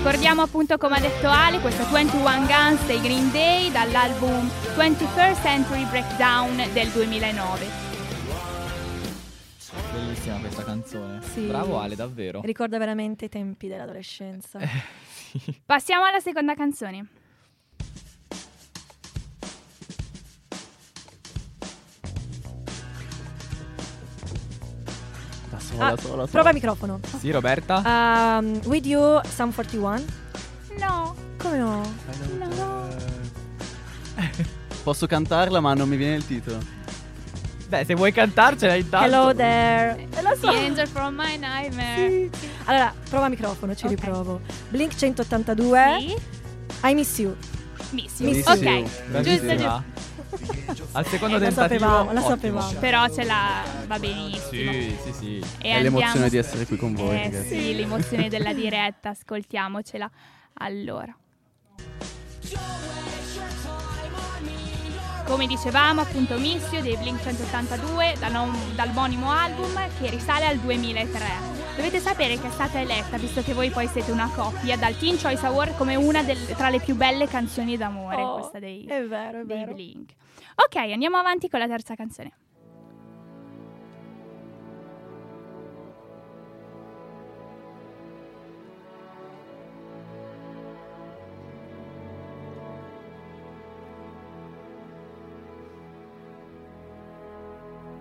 Speaker 2: Ricordiamo appunto come ha detto Ale, questo 21 Guns dei Green Day dall'album 21st Century Breakdown del 2009.
Speaker 3: Bellissima questa canzone.
Speaker 4: Sì.
Speaker 3: Bravo Ale, davvero. Eh,
Speaker 4: Ricorda veramente i tempi dell'adolescenza.
Speaker 2: Passiamo alla seconda canzone.
Speaker 5: Da sola,
Speaker 4: Ah,
Speaker 5: sola, sola.
Speaker 4: Prova microfono.
Speaker 3: Sì, Roberta?
Speaker 4: Um, with you, Sam 41.
Speaker 2: No,
Speaker 4: Come no?
Speaker 5: Posso cantarla, ma non mi viene il titolo.
Speaker 3: Beh, se vuoi cantarcela intanto.
Speaker 4: Hello there.
Speaker 2: è la Eh, Angel from my nightmare.
Speaker 4: Sì. Allora, prova microfono, ci
Speaker 2: Ok.
Speaker 4: riprovo. Blink 182. I miss you.
Speaker 2: Miss
Speaker 4: Miss
Speaker 2: you.
Speaker 4: you.
Speaker 3: Oh.
Speaker 2: Ok, giusto, giusto.
Speaker 3: Bravissima. Al secondo
Speaker 4: Eh, la
Speaker 3: tentativo.
Speaker 4: sapevamo, la
Speaker 3: ottimo.
Speaker 4: sapevamo.
Speaker 2: Però ce la va benissimo.
Speaker 3: Sì, sì, sì.
Speaker 2: E
Speaker 5: È
Speaker 2: andiamo-
Speaker 5: l'emozione di essere qui con voi,
Speaker 2: Eh
Speaker 5: ragazzi.
Speaker 2: sì, l'emozione della diretta, ascoltiamocela. Allora. Come dicevamo, appunto Missio dei Blink 182 dal, nom- dal omonimo album che risale al 2003. Dovete sapere che è stata eletta, visto che voi poi siete una coppia, dal Teen Choice Award come una del- tra le più belle canzoni d'amore,
Speaker 4: Oh,
Speaker 2: questa dei,
Speaker 4: È vero, è
Speaker 2: dei
Speaker 4: vero.
Speaker 2: Blink. Ok, andiamo avanti con la terza canzone.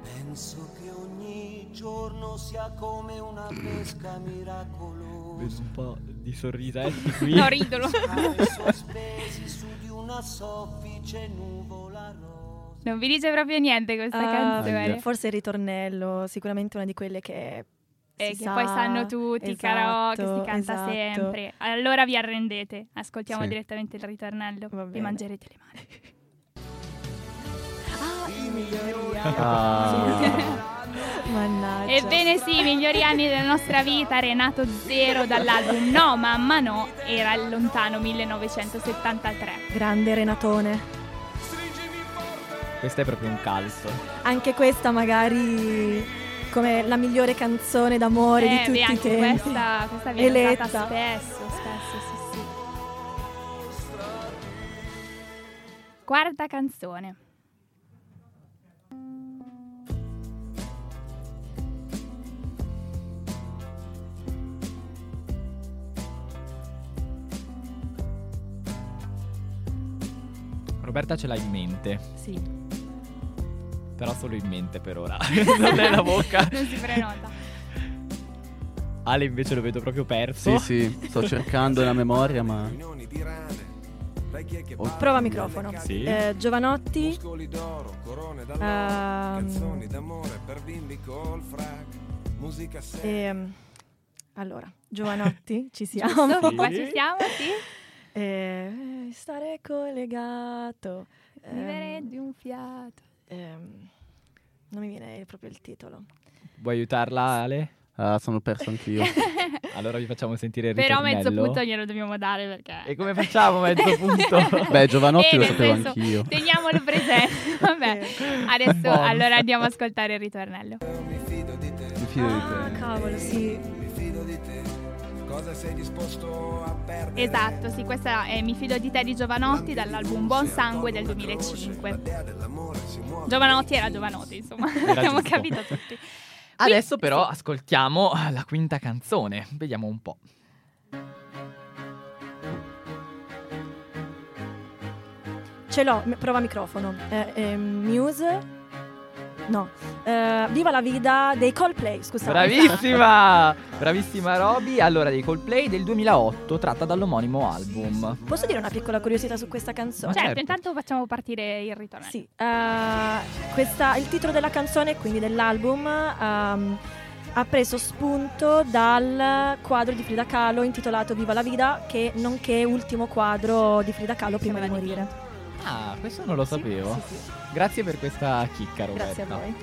Speaker 6: Penso che ogni giorno sia come una pesca miracolosa.
Speaker 3: Vedo un po' di
Speaker 4: [laughs]
Speaker 3: sorrisetti qui.
Speaker 2: No,
Speaker 3: [laughs]
Speaker 2: ridono.
Speaker 6: Sospesi su di una soffice nuvola rosa.
Speaker 2: Non vi dice proprio niente questa
Speaker 4: Ah,
Speaker 2: canzone.
Speaker 4: forse il ritornello, sicuramente una di quelle che.
Speaker 2: Eh,
Speaker 4: si
Speaker 2: che
Speaker 4: sa.
Speaker 2: poi sanno tutti, i karaoke, si
Speaker 4: Esatto,
Speaker 2: canta
Speaker 4: esatto.
Speaker 2: sempre. Allora vi arrendete, ascoltiamo
Speaker 5: Sì.
Speaker 2: direttamente il ritornello
Speaker 4: Va
Speaker 2: vi
Speaker 4: bene.
Speaker 2: mangerete le mani.
Speaker 5: Ah.
Speaker 4: Mannaggia.
Speaker 2: Ebbene sì, migliori anni della nostra vita, Renato Zero dall'album No Mamma No, era il lontano 1973.
Speaker 4: Grande Renatone.
Speaker 3: Questo è proprio un calcio.
Speaker 4: Anche questa, magari, come la migliore canzone d'amore di
Speaker 2: eh,
Speaker 4: tutti
Speaker 2: beh,
Speaker 4: i
Speaker 2: anche
Speaker 4: tempi.
Speaker 2: questa, questa viene
Speaker 4: Eletta.
Speaker 2: usata spesso, spesso, sì, sì. Quarta canzone.
Speaker 3: Roberta ce l'ha in mente,
Speaker 4: Sì.
Speaker 3: però solo in mente per ora. [laughs] non è la bocca.
Speaker 2: [laughs] Non si prenota.
Speaker 3: Ale invece lo vedo proprio perso.
Speaker 5: Sì, sì, sto cercando la memoria, ma. Oh,
Speaker 4: Prova microfono.
Speaker 3: Sì.
Speaker 4: Eh, Giovanotti.
Speaker 9: Muscoli d'oro, corone d'alloro,
Speaker 4: Ehm.
Speaker 9: canzoni d'amore per bimbi col frac, musica seria.
Speaker 4: ehm, allora,
Speaker 2: [laughs]
Speaker 4: Giovanotti, ci siamo.
Speaker 2: Giusto? Qua ci siamo, sì?
Speaker 4: Eh, stare collegato. ehm,
Speaker 2: Vivere di un fiato.
Speaker 4: ehm, non mi viene proprio il titolo.
Speaker 3: Vuoi aiutarla Ale?
Speaker 5: Ah, sono
Speaker 2: [laughs]
Speaker 5: perso anch'io.
Speaker 3: Allora vi facciamo sentire il
Speaker 2: Però
Speaker 3: ritornello.
Speaker 2: mezzo punto glielo dobbiamo dare perché...
Speaker 3: E come
Speaker 2: [laughs]
Speaker 3: facciamo mezzo punto?
Speaker 5: [laughs] Beh, Giovanotti
Speaker 2: Eh,
Speaker 5: lo
Speaker 2: nel
Speaker 5: sapevo
Speaker 2: senso, [laughs]
Speaker 5: anch'io.
Speaker 2: Teniamolo
Speaker 5: [laughs]
Speaker 2: presente. Vabbè, adesso
Speaker 3: Bonus.
Speaker 2: allora andiamo a ascoltare il ritornello.
Speaker 9: Mi fido di te,
Speaker 5: Mi fido di
Speaker 4: Ah,
Speaker 5: te.
Speaker 4: cavolo, sì.
Speaker 9: mi fido di te. Cosa sei disposto a perdere?
Speaker 2: Esatto, sì, questa è Mi fido di te di Giovanotti dall'album Buon Sangue del 2005. Giovanotti era Giovanotti, insomma, [laughs] abbiamo
Speaker 3: giusto.
Speaker 2: capito tutti.
Speaker 3: Adesso però ascoltiamo la quinta canzone. Vediamo un po'.
Speaker 4: Ce l'ho, m- prova microfono. Eh, ehm, Muse. No. Eh, Viva la vita dei Coldplay, scusate. [laughs]
Speaker 3: Bravissima! Bravissima Roby. Allora, dei Coldplay del 2008, tratta dall'omonimo album.
Speaker 4: Posso dire una piccola curiosità su questa canzone?
Speaker 2: Certo,
Speaker 3: certo.
Speaker 2: intanto facciamo partire il ritornello.
Speaker 4: Sì, eh, questa- il titolo della canzone, quindi dell'album, ehm, ha preso spunto dal quadro di Frida Kahlo intitolato Viva la Vida, che nonché ultimo quadro di Frida Kahlo prima di
Speaker 2: aveva
Speaker 4: morire.
Speaker 2: dipinto.
Speaker 3: Ah, questo non lo
Speaker 4: Sì,
Speaker 3: sapevo.
Speaker 4: sì, sì.
Speaker 3: Grazie per questa chicca, Roberta.
Speaker 4: Grazie a voi.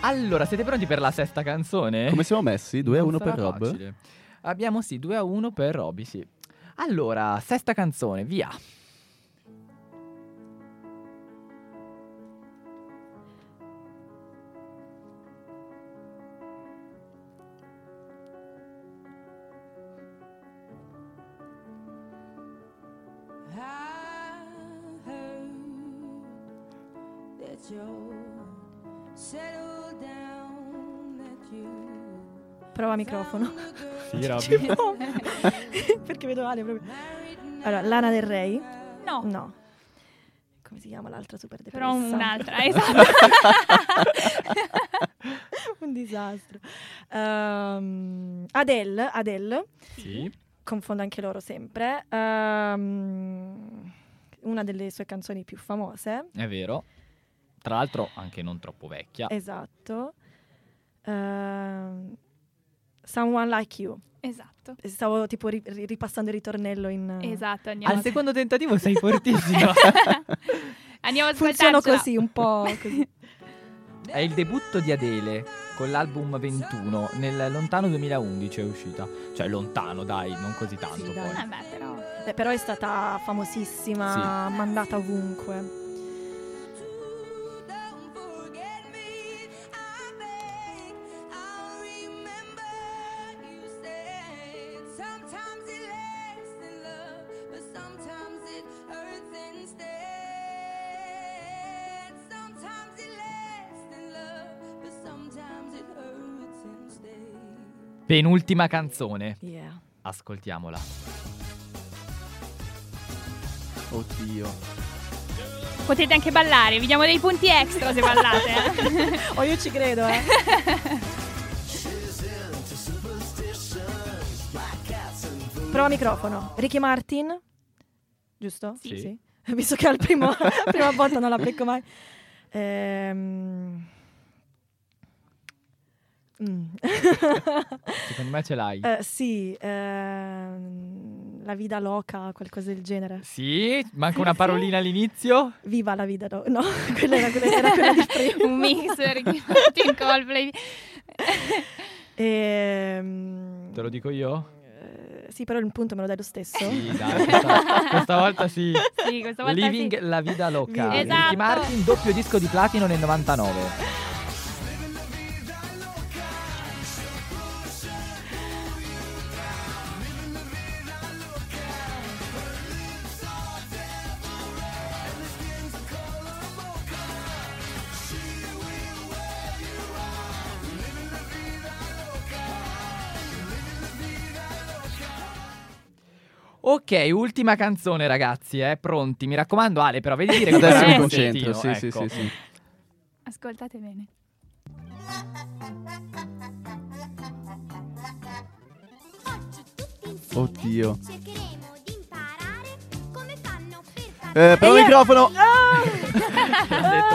Speaker 3: Allora, siete pronti per la sesta canzone?
Speaker 5: Come siamo messi? 2 a 1 per Rob.
Speaker 3: Rob. Abbiamo sì, 2 a 1 per Robby, sì. Allora, sesta canzone, via.
Speaker 10: I heard that you settled down, that you
Speaker 4: Prova microfono.
Speaker 3: Sì,
Speaker 4: [laughs] No. Perché vedo Ale proprio. Allora, Lana del Rey?
Speaker 2: No,
Speaker 4: No. Come si chiama l'altra super depressa?
Speaker 2: però
Speaker 4: [laughs]
Speaker 2: un'altra, esatto.
Speaker 4: Un disastro. Ehm, Adele, Adele,
Speaker 3: Sì.
Speaker 4: confondo anche loro sempre. Ehm, una delle sue canzoni più famose.
Speaker 3: È vero. Tra l'altro anche non troppo vecchia.
Speaker 4: Esatto. Ehm, Someone Like You.
Speaker 2: esatto.
Speaker 4: Stavo tipo ri- ri- ripassando il ritornello in...
Speaker 5: Mm.
Speaker 2: Esatto, andiamo,
Speaker 4: [laughs]
Speaker 3: Al secondo tentativo sei fortissima.
Speaker 2: [laughs] andiamo a
Speaker 4: Funziona
Speaker 2: ascoltarcela.
Speaker 4: così, un po' così.
Speaker 3: È il debutto di Adele con l'album 21 nel lontano 2011 è uscita. Cioè lontano, dai, non così tanto
Speaker 4: Sì, dai.
Speaker 3: poi.
Speaker 2: Vabbè, Eh però...
Speaker 4: Beh, però è stata famosissima, mandata ovunque.
Speaker 3: Penultima canzone.
Speaker 4: Yeah.
Speaker 3: Ascoltiamola.
Speaker 5: Oddio.
Speaker 2: Potete anche ballare, vi diamo dei punti extra se ballate. eh.
Speaker 4: [laughs] Oh, io ci credo, eh. Prova microfono. Ricky Martin. Giusto?
Speaker 3: Sì.
Speaker 4: [laughs] Visto che al
Speaker 3: [laughs]
Speaker 4: primo, la prima volta non la becco mai. Ehm. Mm.
Speaker 3: Secondo me ce l'hai.
Speaker 4: [laughs] Eh, sì, ehm, la vida loca, qualcosa del genere.
Speaker 3: Sì, manca una parolina all'inizio.
Speaker 4: Viva la vida loca. No, [laughs] quella era quella, era quella di
Speaker 2: [laughs]
Speaker 4: prima.
Speaker 2: Un mixer che fate in Coldplay.
Speaker 4: [laughs] Ehm,
Speaker 3: Te lo dico io?
Speaker 4: eh, sì, però il punto me lo dai lo stesso.
Speaker 3: Sì, dai, questa, questa volta sì.
Speaker 2: Sì, questa volta
Speaker 3: Living
Speaker 2: sì.
Speaker 3: la vida loca.
Speaker 4: Living.
Speaker 3: Ricky
Speaker 2: Esatto.
Speaker 3: Martin, doppio disco di platino nel 99. Ok, ultima canzone, ragazzi, eh. Pronti? Mi raccomando, Ale, però vedi
Speaker 5: [laughs]
Speaker 3: dire cosa
Speaker 5: Adesso
Speaker 3: è
Speaker 5: mi
Speaker 3: un
Speaker 5: concentro. Sì,
Speaker 3: pezzettino,
Speaker 5: sì,
Speaker 3: Eh, ecco.
Speaker 5: sì, sì.
Speaker 2: [laughs] Ascoltate bene.
Speaker 5: Oddio.
Speaker 10: Cercheremo di imparare come fanno per
Speaker 5: Eh, prova
Speaker 4: Eh, io-
Speaker 5: microfono. [laughs]
Speaker 3: L'ha detto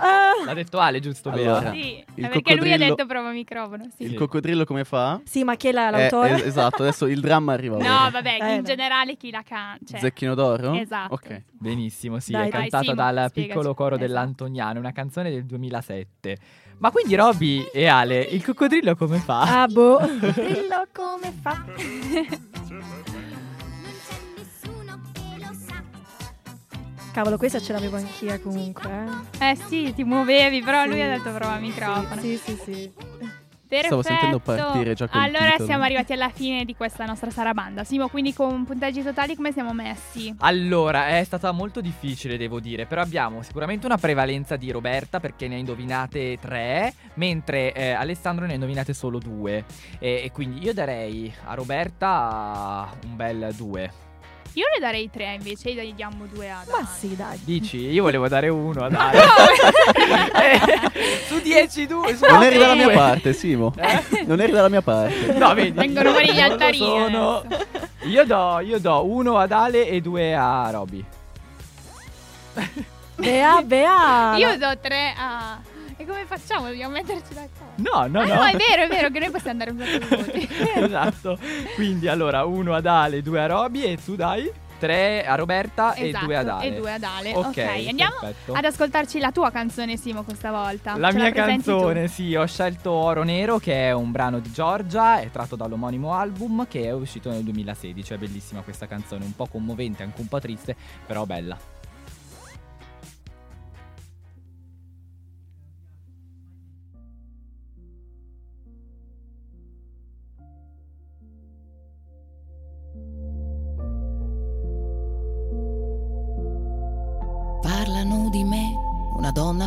Speaker 4: Ah, ah.
Speaker 3: L'ha detto Ale, giusto? Bea?
Speaker 5: Allora.
Speaker 2: Sì, è
Speaker 5: il
Speaker 2: perché lui ha
Speaker 5: coccodrillo-
Speaker 2: detto prova microfono. Sì.
Speaker 5: Il coccodrillo come fa?
Speaker 4: Sì, ma chi è la-
Speaker 5: Eh,
Speaker 4: l'autore?
Speaker 5: es- esatto, adesso il dramma arriva. ora.
Speaker 2: No, vabbè,
Speaker 4: Eh,
Speaker 2: in
Speaker 4: no.
Speaker 2: generale chi la cioè, canta.
Speaker 5: Zecchino d'oro?
Speaker 2: Esatto.
Speaker 5: Ok.
Speaker 3: Benissimo, sì,
Speaker 4: Dai,
Speaker 3: è
Speaker 4: dai,
Speaker 3: cantato
Speaker 2: Simo,
Speaker 3: dal
Speaker 2: spiegaci.
Speaker 3: piccolo coro
Speaker 2: Esatto.
Speaker 3: dell'Antoniano, una canzone del 2007. Ma quindi Robby e Ale, il coccodrillo come fa?
Speaker 4: Ah,
Speaker 3: [laughs]
Speaker 4: boh. Dillo come fa. Cavolo, questa ce l'avevo anch'io comunque. eh.
Speaker 2: Eh sì, ti muovevi, però lui
Speaker 4: Sì,
Speaker 2: ha detto prova
Speaker 4: sì,
Speaker 2: microfono.
Speaker 4: Sì, sì, sì.
Speaker 2: Perfetto.
Speaker 5: Stavo sentendo partire già col
Speaker 2: Allora
Speaker 5: titolo.
Speaker 2: siamo arrivati alla fine di questa nostra sarabanda. Simo, quindi con punteggi totali come siamo messi?
Speaker 3: Allora, è stata molto difficile, devo dire, però abbiamo sicuramente una prevalenza di Roberta perché ne ha indovinate tre, mentre eh, Alessandro ne ha indovinate solo due. E, e quindi io darei a Roberta un bel due.
Speaker 2: Io ne darei tre invece, gli diamo due a
Speaker 4: Ma
Speaker 2: Dani.
Speaker 4: sì, dai.
Speaker 3: Dici? Io volevo dare
Speaker 5: [laughs]
Speaker 3: uno a dare. su 10 [laughs] due, su
Speaker 5: Non eri dalla mia
Speaker 4: eh.
Speaker 3: due.
Speaker 5: parte, Simo. Non eri dalla mia parte.
Speaker 3: No, vedi.
Speaker 2: Vengono fuori gli
Speaker 3: non lo
Speaker 2: altarini
Speaker 3: sono.
Speaker 2: adesso.
Speaker 3: Io do, io do uno ad Ale e due a Roby.
Speaker 4: Bea, Bea.
Speaker 2: Io do tre a... E come facciamo? Dobbiamo metterci d'accordo?
Speaker 3: No, no,
Speaker 2: Ah,
Speaker 3: no.
Speaker 2: no, è vero, è vero, che noi possiamo
Speaker 3: [laughs]
Speaker 2: dare un sacco di voti.
Speaker 3: esatto. Quindi allora uno ad Ale, due a Roby e tu dai? tre a Roberta
Speaker 2: Esatto,
Speaker 3: e due ad Ale.
Speaker 2: e due ad Ale.
Speaker 3: Ok,
Speaker 2: Ok, andiamo
Speaker 3: perfetto.
Speaker 2: Ad ascoltarci la tua canzone, Simo, questa volta.
Speaker 3: La
Speaker 2: Ce
Speaker 3: mia
Speaker 2: presenti tu?
Speaker 3: canzone, sì, ho scelto Oro Nero che è un brano di Giorgia, è tratto dall'omonimo album che è uscito nel 2016, è bellissima questa canzone, un po' commovente, anche un po' triste, però bella.
Speaker 11: Parlano di me, una donna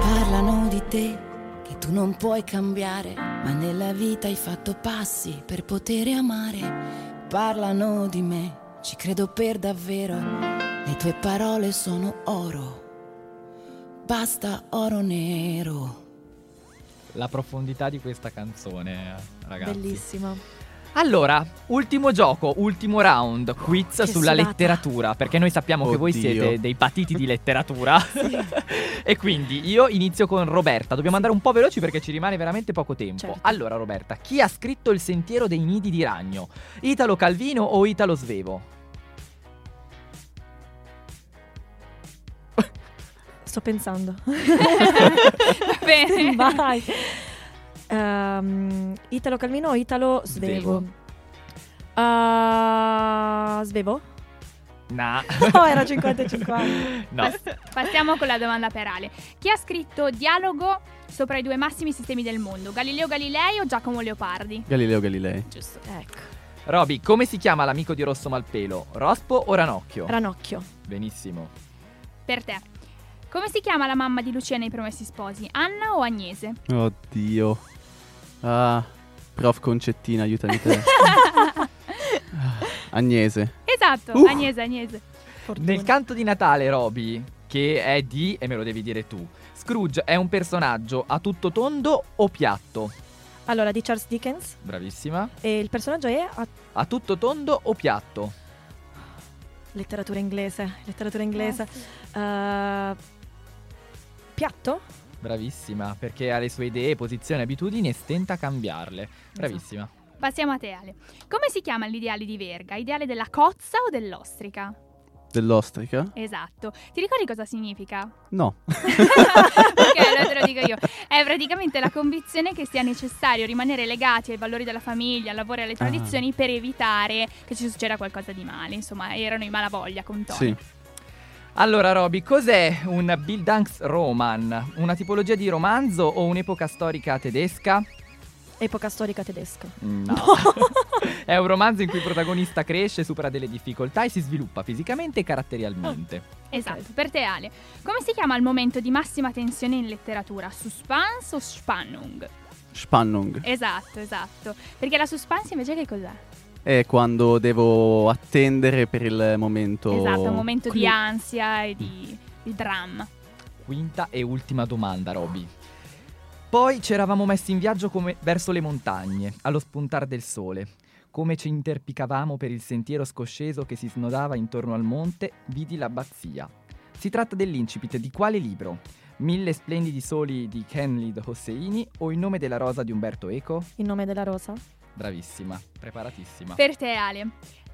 Speaker 11: Parlano di te che tu non puoi cambiare, ma nella vita hai fatto passi per poter amare. Parlano di me, ci credo per davvero. Le tue parole sono oro. Basta oro nero.
Speaker 3: La profondità di questa canzone, ragazzi.
Speaker 12: Bellissima.
Speaker 3: Allora, ultimo gioco, ultimo round, quiz
Speaker 12: Che
Speaker 3: sulla
Speaker 12: sudata.
Speaker 3: letteratura, perché noi sappiamo che voi
Speaker 5: Oddio.
Speaker 3: siete dei patiti
Speaker 12: [laughs]
Speaker 3: di letteratura. e quindi io inizio con Roberta, dobbiamo andare un po' veloci perché ci rimane veramente poco tempo.
Speaker 12: Certo.
Speaker 3: Allora Roberta, chi ha scritto Il sentiero dei nidi di ragno? Italo Calvino o Italo Svevo?
Speaker 4: Sto
Speaker 2: [laughs]
Speaker 4: pensando.
Speaker 2: Bene.
Speaker 4: Vai. Ehm, Italo Calvino o Italo Svevo? Ah, svevo?
Speaker 3: Nah.
Speaker 4: No, Oh, era 50 e 50.
Speaker 3: [laughs] No.
Speaker 2: Pas- passiamo con la domanda per Ale. Chi ha scritto Dialogo sopra i due massimi sistemi del mondo? Galileo Galilei o Giacomo Leopardi?
Speaker 5: [laughs] Galileo Galilei.
Speaker 2: Giusto.
Speaker 4: Ecco.
Speaker 3: Roby, come si chiama l'amico di Rosso Malpelo? Rospo o Ranocchio?
Speaker 4: Ranocchio.
Speaker 3: Benissimo.
Speaker 2: Per te. Come si chiama la mamma di Lucia nei Promessi Sposi? Anna o Agnese?
Speaker 5: Oddio. Ah, prof Concettina, aiutami
Speaker 2: [laughs]
Speaker 5: te. Ah, Agnese.
Speaker 2: Esatto,
Speaker 5: Uh.
Speaker 3: Uh.
Speaker 2: Agnese, Agnese.
Speaker 3: Nel canto di Natale, Roby, che è di, e me lo devi dire tu, Scrooge è un personaggio a tutto tondo o piatto?
Speaker 4: Allora, di Charles Dickens.
Speaker 3: Bravissima.
Speaker 4: E il personaggio è a,
Speaker 3: A tutto tondo o piatto?
Speaker 4: letteratura inglese, letteratura
Speaker 2: Ah,
Speaker 4: inglese. Eh, piatto?
Speaker 3: Bravissima, perché ha le sue idee, posizioni, abitudini e stenta a cambiarle. Bravissima.
Speaker 2: Passiamo a te Ale. Come si chiama l'ideale di Verga? Ideale della cozza o dell'ostrica?
Speaker 5: Dell'ostrica?
Speaker 2: Esatto. Ti ricordi cosa significa? [laughs]
Speaker 5: No.
Speaker 2: ok, allora te lo dico io. È praticamente la convinzione che sia necessario rimanere legati ai valori della famiglia, al lavoro e
Speaker 5: Ah.
Speaker 2: alle tradizioni per evitare che ci succeda qualcosa di male. Insomma, erano i malavoglia con Tony.
Speaker 5: Sì.
Speaker 3: Allora, Roby, cos'è un Bildungs Roman? Una tipologia di romanzo o un'epoca storica tedesca?
Speaker 4: Epoca storica tedesca.
Speaker 3: No. [laughs] È un romanzo in cui il protagonista cresce, supera delle difficoltà e si sviluppa fisicamente e caratterialmente.
Speaker 2: Esatto, per te Ale. Come si chiama il momento di massima tensione in letteratura? Suspense o spannung?
Speaker 5: Spannung.
Speaker 2: Esatto, esatto. Perché la suspense invece che cos'è?
Speaker 5: È quando devo attendere per il momento.
Speaker 2: Esatto, è un momento di
Speaker 5: Clu-
Speaker 2: ansia e di, di dramma.
Speaker 3: Quinta e ultima domanda, Roby. Poi ci eravamo messi in viaggio come verso le montagne, allo spuntar del sole. Come ci interpicavamo per il sentiero scosceso che si snodava intorno al monte, vidi l'abbazia. Si tratta dell'incipit di quale libro? Mille splendidi soli di Kenlid Hosseini o Il nome della rosa di Umberto Eco?
Speaker 4: Il nome della rosa?
Speaker 3: Bravissima, preparatissima.
Speaker 2: Per te Ale.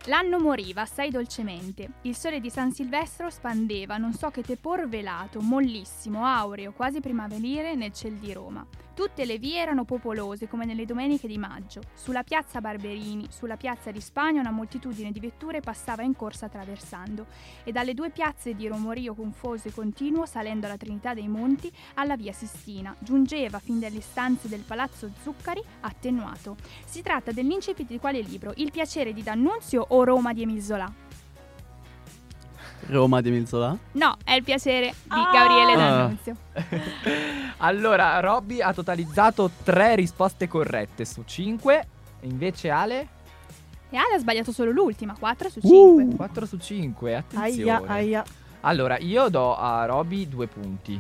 Speaker 2: L'anno moriva assai dolcemente, il sole di San Silvestro spandeva non so che tepor velato, mollissimo, aureo, quasi primaverile nel ciel di Roma. Tutte le vie erano popolose come nelle domeniche di maggio. Sulla piazza Barberini, sulla piazza di Spagna una moltitudine di vetture passava in corsa attraversando e dalle due piazze di romorio confuso e continuo salendo alla Trinità dei Monti alla via Sistina, giungeva fin dalle stanze del palazzo Zuccari attenuato. Si tratta dell'incipit di quale libro? Il piacere di D'Annunzio o Roma di Emisola?
Speaker 5: Roma di Milzola?
Speaker 2: No, è il piacere di Gabriele
Speaker 5: Ah.
Speaker 2: D'Annunzio.
Speaker 3: allora, Robby ha totalizzato tre risposte corrette su cinque. Invece Ale?
Speaker 2: E Ale ha sbagliato solo l'ultima, 4 su 5.
Speaker 3: 4 su 5, attenzione.
Speaker 4: Aia, aia.
Speaker 3: Allora, io do a Roby due punti,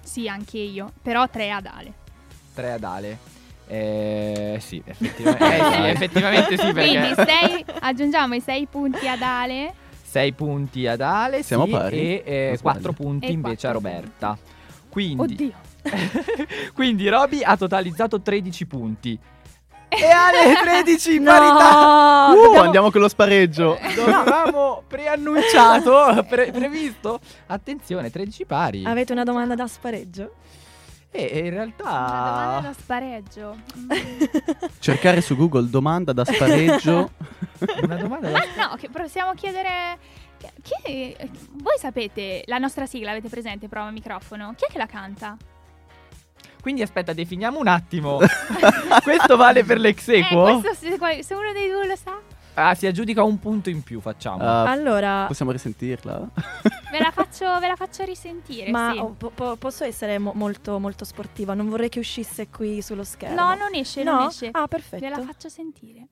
Speaker 2: Sì, anche io, però 3 ad Ale.
Speaker 3: tre ad Ale. Eh sì, effettivamente,
Speaker 5: [laughs]
Speaker 3: eh, sì, effettivamente sì,
Speaker 2: Quindi
Speaker 3: perché
Speaker 2: sei- aggiungiamo i 6 punti ad Ale.
Speaker 3: 6 punti ad Ale sì,
Speaker 5: Siamo pari,
Speaker 3: e
Speaker 5: non
Speaker 3: 4
Speaker 5: sbaglio.
Speaker 3: punti
Speaker 2: E
Speaker 3: invece a
Speaker 2: quattro
Speaker 3: Roberta. Quindi,
Speaker 2: Oddio.
Speaker 3: [laughs] quindi Roby ha totalizzato 13 punti e Ale 13 in
Speaker 4: No,
Speaker 3: parità.
Speaker 6: Oh,
Speaker 5: Uh,
Speaker 4: dobbiamo-
Speaker 5: Andiamo con lo spareggio.
Speaker 3: [laughs] Lo avevamo preannunciato, Eh, esatto, pre- previsto. Attenzione, 13 pari.
Speaker 4: [laughs] Avete una domanda da spareggio?
Speaker 3: E e Eh, in
Speaker 2: Una domanda
Speaker 3: realtà...
Speaker 2: da spareggio. Mm.
Speaker 5: Cercare su Google domanda da
Speaker 2: [laughs]
Speaker 5: spareggio.
Speaker 3: Una domanda da...
Speaker 2: Ma Ah, no, che possiamo chiedere. chi- chi- voi sapete la nostra sigla, avete presente? Prova microfono. Chi è che la canta?
Speaker 3: Quindi aspetta, definiamo un
Speaker 5: [laughs]
Speaker 3: attimo. Questo vale per l'ex equo?
Speaker 2: Eh, questo se, qua- se uno dei due lo sa,
Speaker 3: Ah, si aggiudica un punto in più, facciamo.
Speaker 5: Ah,
Speaker 4: Allora,
Speaker 5: possiamo risentirla?
Speaker 2: ve la faccio, ve la faccio risentire.
Speaker 4: ma
Speaker 2: sì.
Speaker 4: oh, po- po- posso essere mo- molto, molto sportiva? Non vorrei che uscisse qui sullo schermo.
Speaker 2: No, non esce, non
Speaker 4: No?
Speaker 2: esce.
Speaker 4: Ah, perfetto.
Speaker 2: Ve la faccio sentire.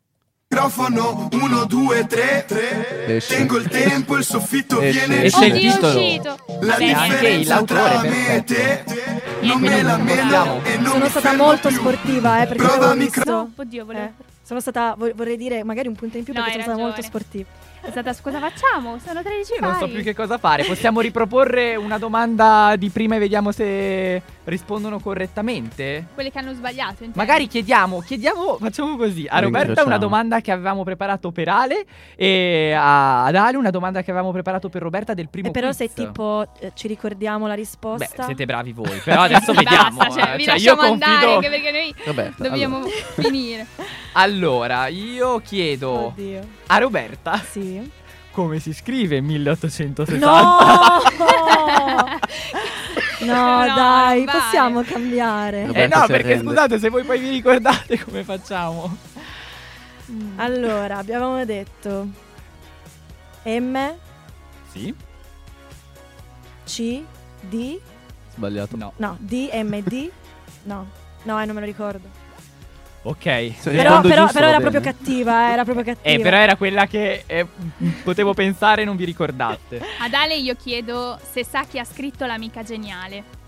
Speaker 1: Microfono 1, 2, 3, 3
Speaker 5: Esce.
Speaker 1: Tengo il tempo, il soffitto
Speaker 5: Esce.
Speaker 1: viene
Speaker 3: Esce il
Speaker 2: Oddio, è
Speaker 1: giù
Speaker 3: titolo.
Speaker 2: uscito.
Speaker 1: La
Speaker 2: Vabbè, anche
Speaker 1: differenza
Speaker 3: l'autore,
Speaker 1: tra me e
Speaker 3: perfetto.
Speaker 1: te Non
Speaker 3: quindi
Speaker 1: me la
Speaker 3: non
Speaker 1: meno
Speaker 3: possiamo.
Speaker 1: e non
Speaker 4: Sono
Speaker 1: mi
Speaker 4: stata
Speaker 1: fermo
Speaker 4: molto
Speaker 1: più.
Speaker 4: sportiva, eh, perché
Speaker 1: Prova
Speaker 4: avevo
Speaker 1: micro-
Speaker 4: visto.
Speaker 2: No, oddio, volevo-
Speaker 4: Eh, sono stata, vo- vorrei dire magari un punto in più
Speaker 2: No,
Speaker 4: perché
Speaker 2: hai
Speaker 4: sono stata molto
Speaker 2: ragione.
Speaker 4: sportiva.
Speaker 2: È stata, cosa facciamo? Sono 13
Speaker 3: Io non so
Speaker 2: pari.
Speaker 3: più che cosa fare. Possiamo riproporre una domanda di prima e vediamo se rispondono correttamente?
Speaker 2: Quelle che hanno sbagliato. intendi.
Speaker 3: Magari chiediamo, chiediamo, facciamo così. A Roberta una
Speaker 5: Incrociamo.
Speaker 3: domanda che avevamo preparato per Ale e a- ad Ale una domanda che avevamo preparato per Roberta del primo
Speaker 4: Eh, però
Speaker 3: quiz.
Speaker 4: se tipo eh, ci ricordiamo la
Speaker 3: Beh,
Speaker 4: risposta.
Speaker 3: siete bravi voi, però adesso
Speaker 2: Sì, [laughs] basta,
Speaker 3: vediamo.
Speaker 2: cioè,
Speaker 3: eh.
Speaker 2: vi
Speaker 3: Cioè, io
Speaker 2: lasciamo andare
Speaker 3: confido-
Speaker 2: anche perché noi
Speaker 5: Roberta,
Speaker 2: dobbiamo finire.
Speaker 3: Allora, io chiedo
Speaker 4: Oddio.
Speaker 3: a Roberta
Speaker 4: Sì.
Speaker 3: come si scrive 1860.
Speaker 4: No! Oh! [laughs] no,
Speaker 2: No,
Speaker 4: dai,
Speaker 2: non vale.
Speaker 4: possiamo cambiare.
Speaker 5: Vabbè.
Speaker 3: Eh
Speaker 5: Roberta
Speaker 3: no,
Speaker 5: si
Speaker 3: perché
Speaker 5: arrende.
Speaker 3: scusate, se voi poi vi ricordate come facciamo.
Speaker 4: Allora, abbiamo detto M
Speaker 3: Sì?
Speaker 4: C D
Speaker 5: Sbagliato.
Speaker 3: No.
Speaker 4: no, D M D. No. No, eh, non me lo ricordo.
Speaker 10: Ok.
Speaker 4: Però, però- però era proprio cattiva, eh, era proprio cattiva.
Speaker 10: Eh, però era quella che eh, potevo pensare e non vi
Speaker 4: [laughs]
Speaker 10: ricordate.
Speaker 2: Ad Ale io chiedo se sa chi ha scritto L'amica geniale.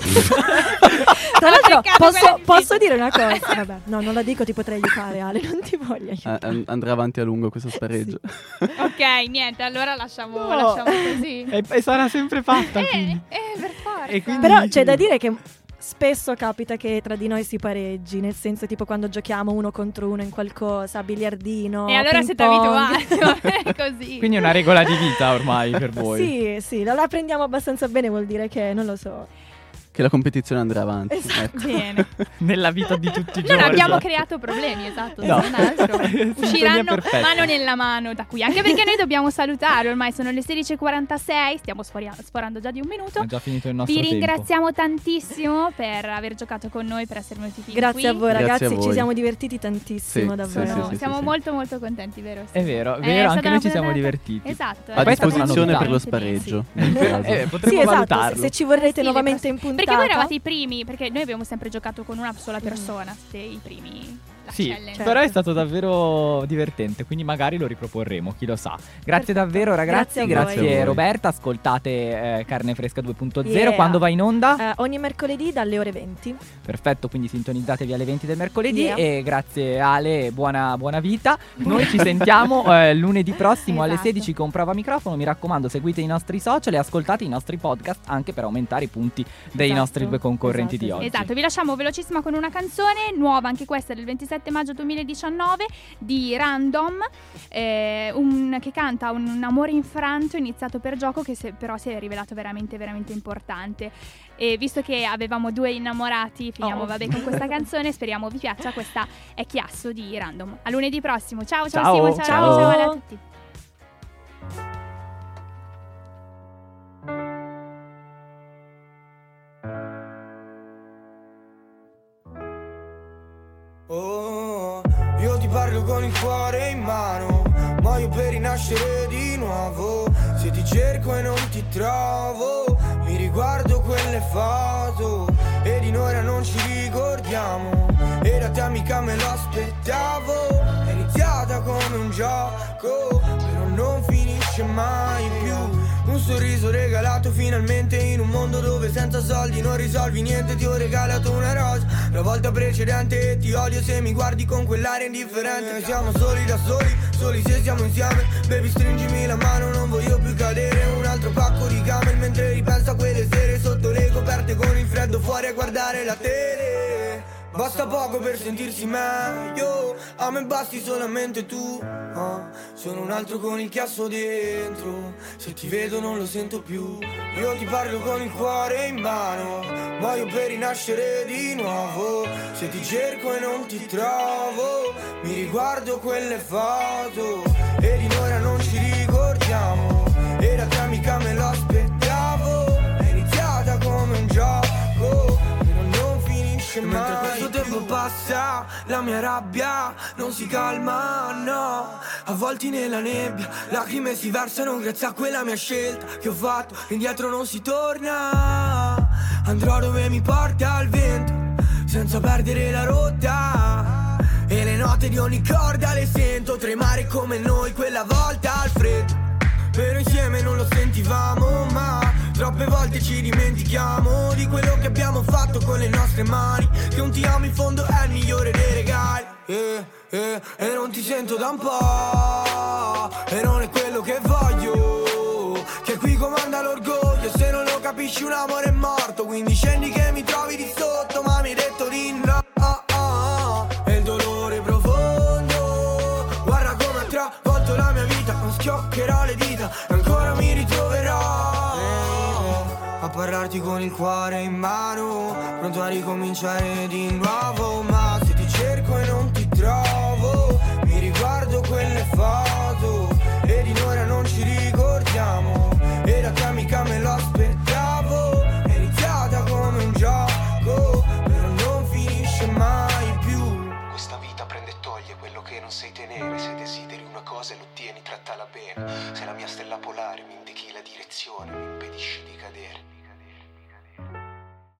Speaker 4: Tra l'altro,
Speaker 2: cercato quella
Speaker 4: posso,
Speaker 2: di-
Speaker 4: posso dire una cosa? Vabbè, no, non la dico, ti potrei aiutare, Ale, non ti voglio aiutare.
Speaker 5: A- an- Eh, andrà avanti a lungo questo spareggio.
Speaker 2: Ok, niente, allora lasciamo,
Speaker 4: No.
Speaker 2: lasciamo
Speaker 4: [laughs]
Speaker 2: così.
Speaker 10: E, e sarà sempre fatta.
Speaker 2: Eh,
Speaker 10: quindi.
Speaker 2: eh, per forza.
Speaker 10: E quindi-
Speaker 4: Però c'è da dire che spesso capita che tra di noi si pareggi, nel senso tipo quando giochiamo uno contro uno in qualcosa, biliardino.
Speaker 2: E allora
Speaker 4: ping
Speaker 2: siete
Speaker 4: pong.
Speaker 2: abituati, è così.
Speaker 10: Quindi è una regola di vita ormai per voi.
Speaker 4: Sì, sì, la, la prendiamo abbastanza bene, vuol dire che non lo so.
Speaker 5: Che la competizione andrà avanti.
Speaker 4: Esatto.
Speaker 5: ecco.
Speaker 2: Bene.
Speaker 10: [laughs] Nella vita di tutti i
Speaker 2: Non
Speaker 10: giorni.
Speaker 2: abbiamo
Speaker 5: esatto.
Speaker 2: creato problemi, esatto.
Speaker 10: No.
Speaker 2: non
Speaker 10: [laughs]
Speaker 2: altro.
Speaker 10: Sintonia
Speaker 2: Usciranno
Speaker 10: perfetta.
Speaker 2: mano nella mano da qui. Anche perché noi dobbiamo salutare, ormai sono le 16.46, stiamo sforia- sforando già di un minuto.
Speaker 10: È già finito il nostro
Speaker 2: Vi
Speaker 10: tempo.
Speaker 2: ringraziamo tantissimo per aver giocato con noi, per essere venuti fin
Speaker 4: Grazie
Speaker 2: qui.
Speaker 4: a voi
Speaker 5: Grazie
Speaker 4: ragazzi,
Speaker 5: a voi.
Speaker 4: ci siamo divertiti tantissimo
Speaker 5: Sì,
Speaker 4: davvero. Eh,
Speaker 5: sì,
Speaker 2: No,
Speaker 5: sì, sì.
Speaker 2: siamo molto molto contenti, vero?
Speaker 10: È vero, è
Speaker 2: Eh, È
Speaker 10: vero,
Speaker 2: stata
Speaker 10: anche
Speaker 2: una
Speaker 10: noi ci siamo
Speaker 2: puntata-
Speaker 10: divertiti.
Speaker 2: Esatto. è stata
Speaker 5: A
Speaker 2: una
Speaker 5: disposizione
Speaker 2: novità.
Speaker 5: per lo
Speaker 2: Sì.
Speaker 5: spareggio.
Speaker 4: Sì.
Speaker 5: nel caso.
Speaker 10: Eh, potremmo
Speaker 4: sì, esatto,
Speaker 10: valutarlo.
Speaker 4: se, se ci vorrete
Speaker 2: Sì,
Speaker 4: nuovamente
Speaker 2: le
Speaker 4: in
Speaker 2: persone-
Speaker 4: puntata.
Speaker 2: Perché voi eravate i primi, perché noi abbiamo sempre giocato con una sola persona, siete i primi. La
Speaker 10: Sì,
Speaker 2: challenge.
Speaker 4: Certo.
Speaker 10: però è stato davvero divertente, quindi magari lo riproporremo, chi lo sa. Grazie
Speaker 4: Perfetto.
Speaker 10: davvero ragazzi,
Speaker 4: Grazie a
Speaker 10: grazie,
Speaker 5: voi. Grazie a voi.
Speaker 10: Roberta, ascoltate eh, Carne Fresca 2.0
Speaker 4: Yeah.
Speaker 10: quando va in onda.
Speaker 4: Eh, ogni mercoledì dalle ore 20.
Speaker 10: Perfetto, quindi sintonizzatevi alle 20 del mercoledì
Speaker 4: Yeah.
Speaker 10: e grazie Ale, buona, buona vita. Noi ci sentiamo [laughs] eh, lunedì prossimo alle
Speaker 2: Esatto.
Speaker 10: 16 con Prova Microfono, mi raccomando seguite i nostri social e ascoltate i nostri podcast anche per aumentare i punti dei
Speaker 4: Esatto,
Speaker 10: nostri due concorrenti
Speaker 4: esatto,
Speaker 10: di oggi.
Speaker 2: Esatto, vi lasciamo velocissima con una canzone nuova, anche questa del 27 maggio 2019 di Random, eh, un- che canta un, un amore infranto iniziato per gioco che se- però si è rivelato veramente veramente importante. E visto che avevamo due innamorati, finiamo
Speaker 4: Oh.
Speaker 2: vabbè con questa canzone, speriamo vi piaccia, questa è Chiasso di Random. A lunedì prossimo, ciao ciao,
Speaker 10: Ciao.
Speaker 2: Simo, ciao,
Speaker 10: Ciao.
Speaker 2: ciao Ale a tutti.
Speaker 9: Oh, io ti parlo con il cuore in mano, muoio per rinascere di nuovo. Se ti cerco e non ti trovo, mi riguardo quelle foto ed in ora non ci ricordiamo. E da te mica me lo aspettavo, è iniziata come un gioco, però non finisce mai più. Un sorriso regalato finalmente in un mondo dove senza soldi non risolvi niente, ti ho regalato una rosa. La volta precedente e ti odio se mi guardi con quell'aria indifferente. Noi siamo soli da soli, soli se siamo insieme. Baby, stringimi la mano, non voglio più cadere. Un altro pacco di camel mentre ripenso a quelle sere sotto le coperte con il freddo fuori a guardare la tele. Basta poco per sentirsi meglio, a me basti solamente tu. ah. sono un altro con il chiasso dentro, se ti vedo non lo sento più. Io ti parlo con il cuore in mano, muoio per rinascere di nuovo. Se ti cerco e non ti trovo, mi riguardo quelle foto ed in ora non ci ricordiamo. E da te amica me lo aspettavo, è iniziata come un gioco, però non finisce mai. Mentre questo tempo passa, la mia rabbia non si calma, no. Avvolti nella nebbia, lacrime si versano grazie a quella mia scelta che ho fatto. Indietro non si torna, andrò dove mi porta il vento, senza perdere la rotta. E le note di ogni corda le sento tremare come noi quella volta al freddo. Però insieme non lo sentivamo, ma troppe volte ci dimentichiamo di quello che abbiamo fatto con le nostre mani. Che un ti amo in fondo è il migliore dei regali. Eh, eh, e non ti sento da un po', e non è quello che voglio. Che qui comanda l'orgoglio, se non lo capisci un amore è morto. Quindi scendi che mi trovi di sotto, ma mi hai detto di no. E il dolore profondo, guarda come ha travolto la mia vita. Non schioccherò le dita, e ancora mi ritroverò a parlarti con il cuore in mano, pronto a ricominciare di nuovo, ma se ti cerco e non ti trovo, mi riguardo quelle foto, ed in ora non ci ricordiamo, e da te amica me lo aspettavo, è iniziata come un gioco, però non finisce mai più.
Speaker 13: Questa vita prende e toglie quello che non sai tenere. Se desideri una cosa e l'ottieni, trattala bene. Se la mia stella polare mi indichi la direzione, mi impedisci di cadere.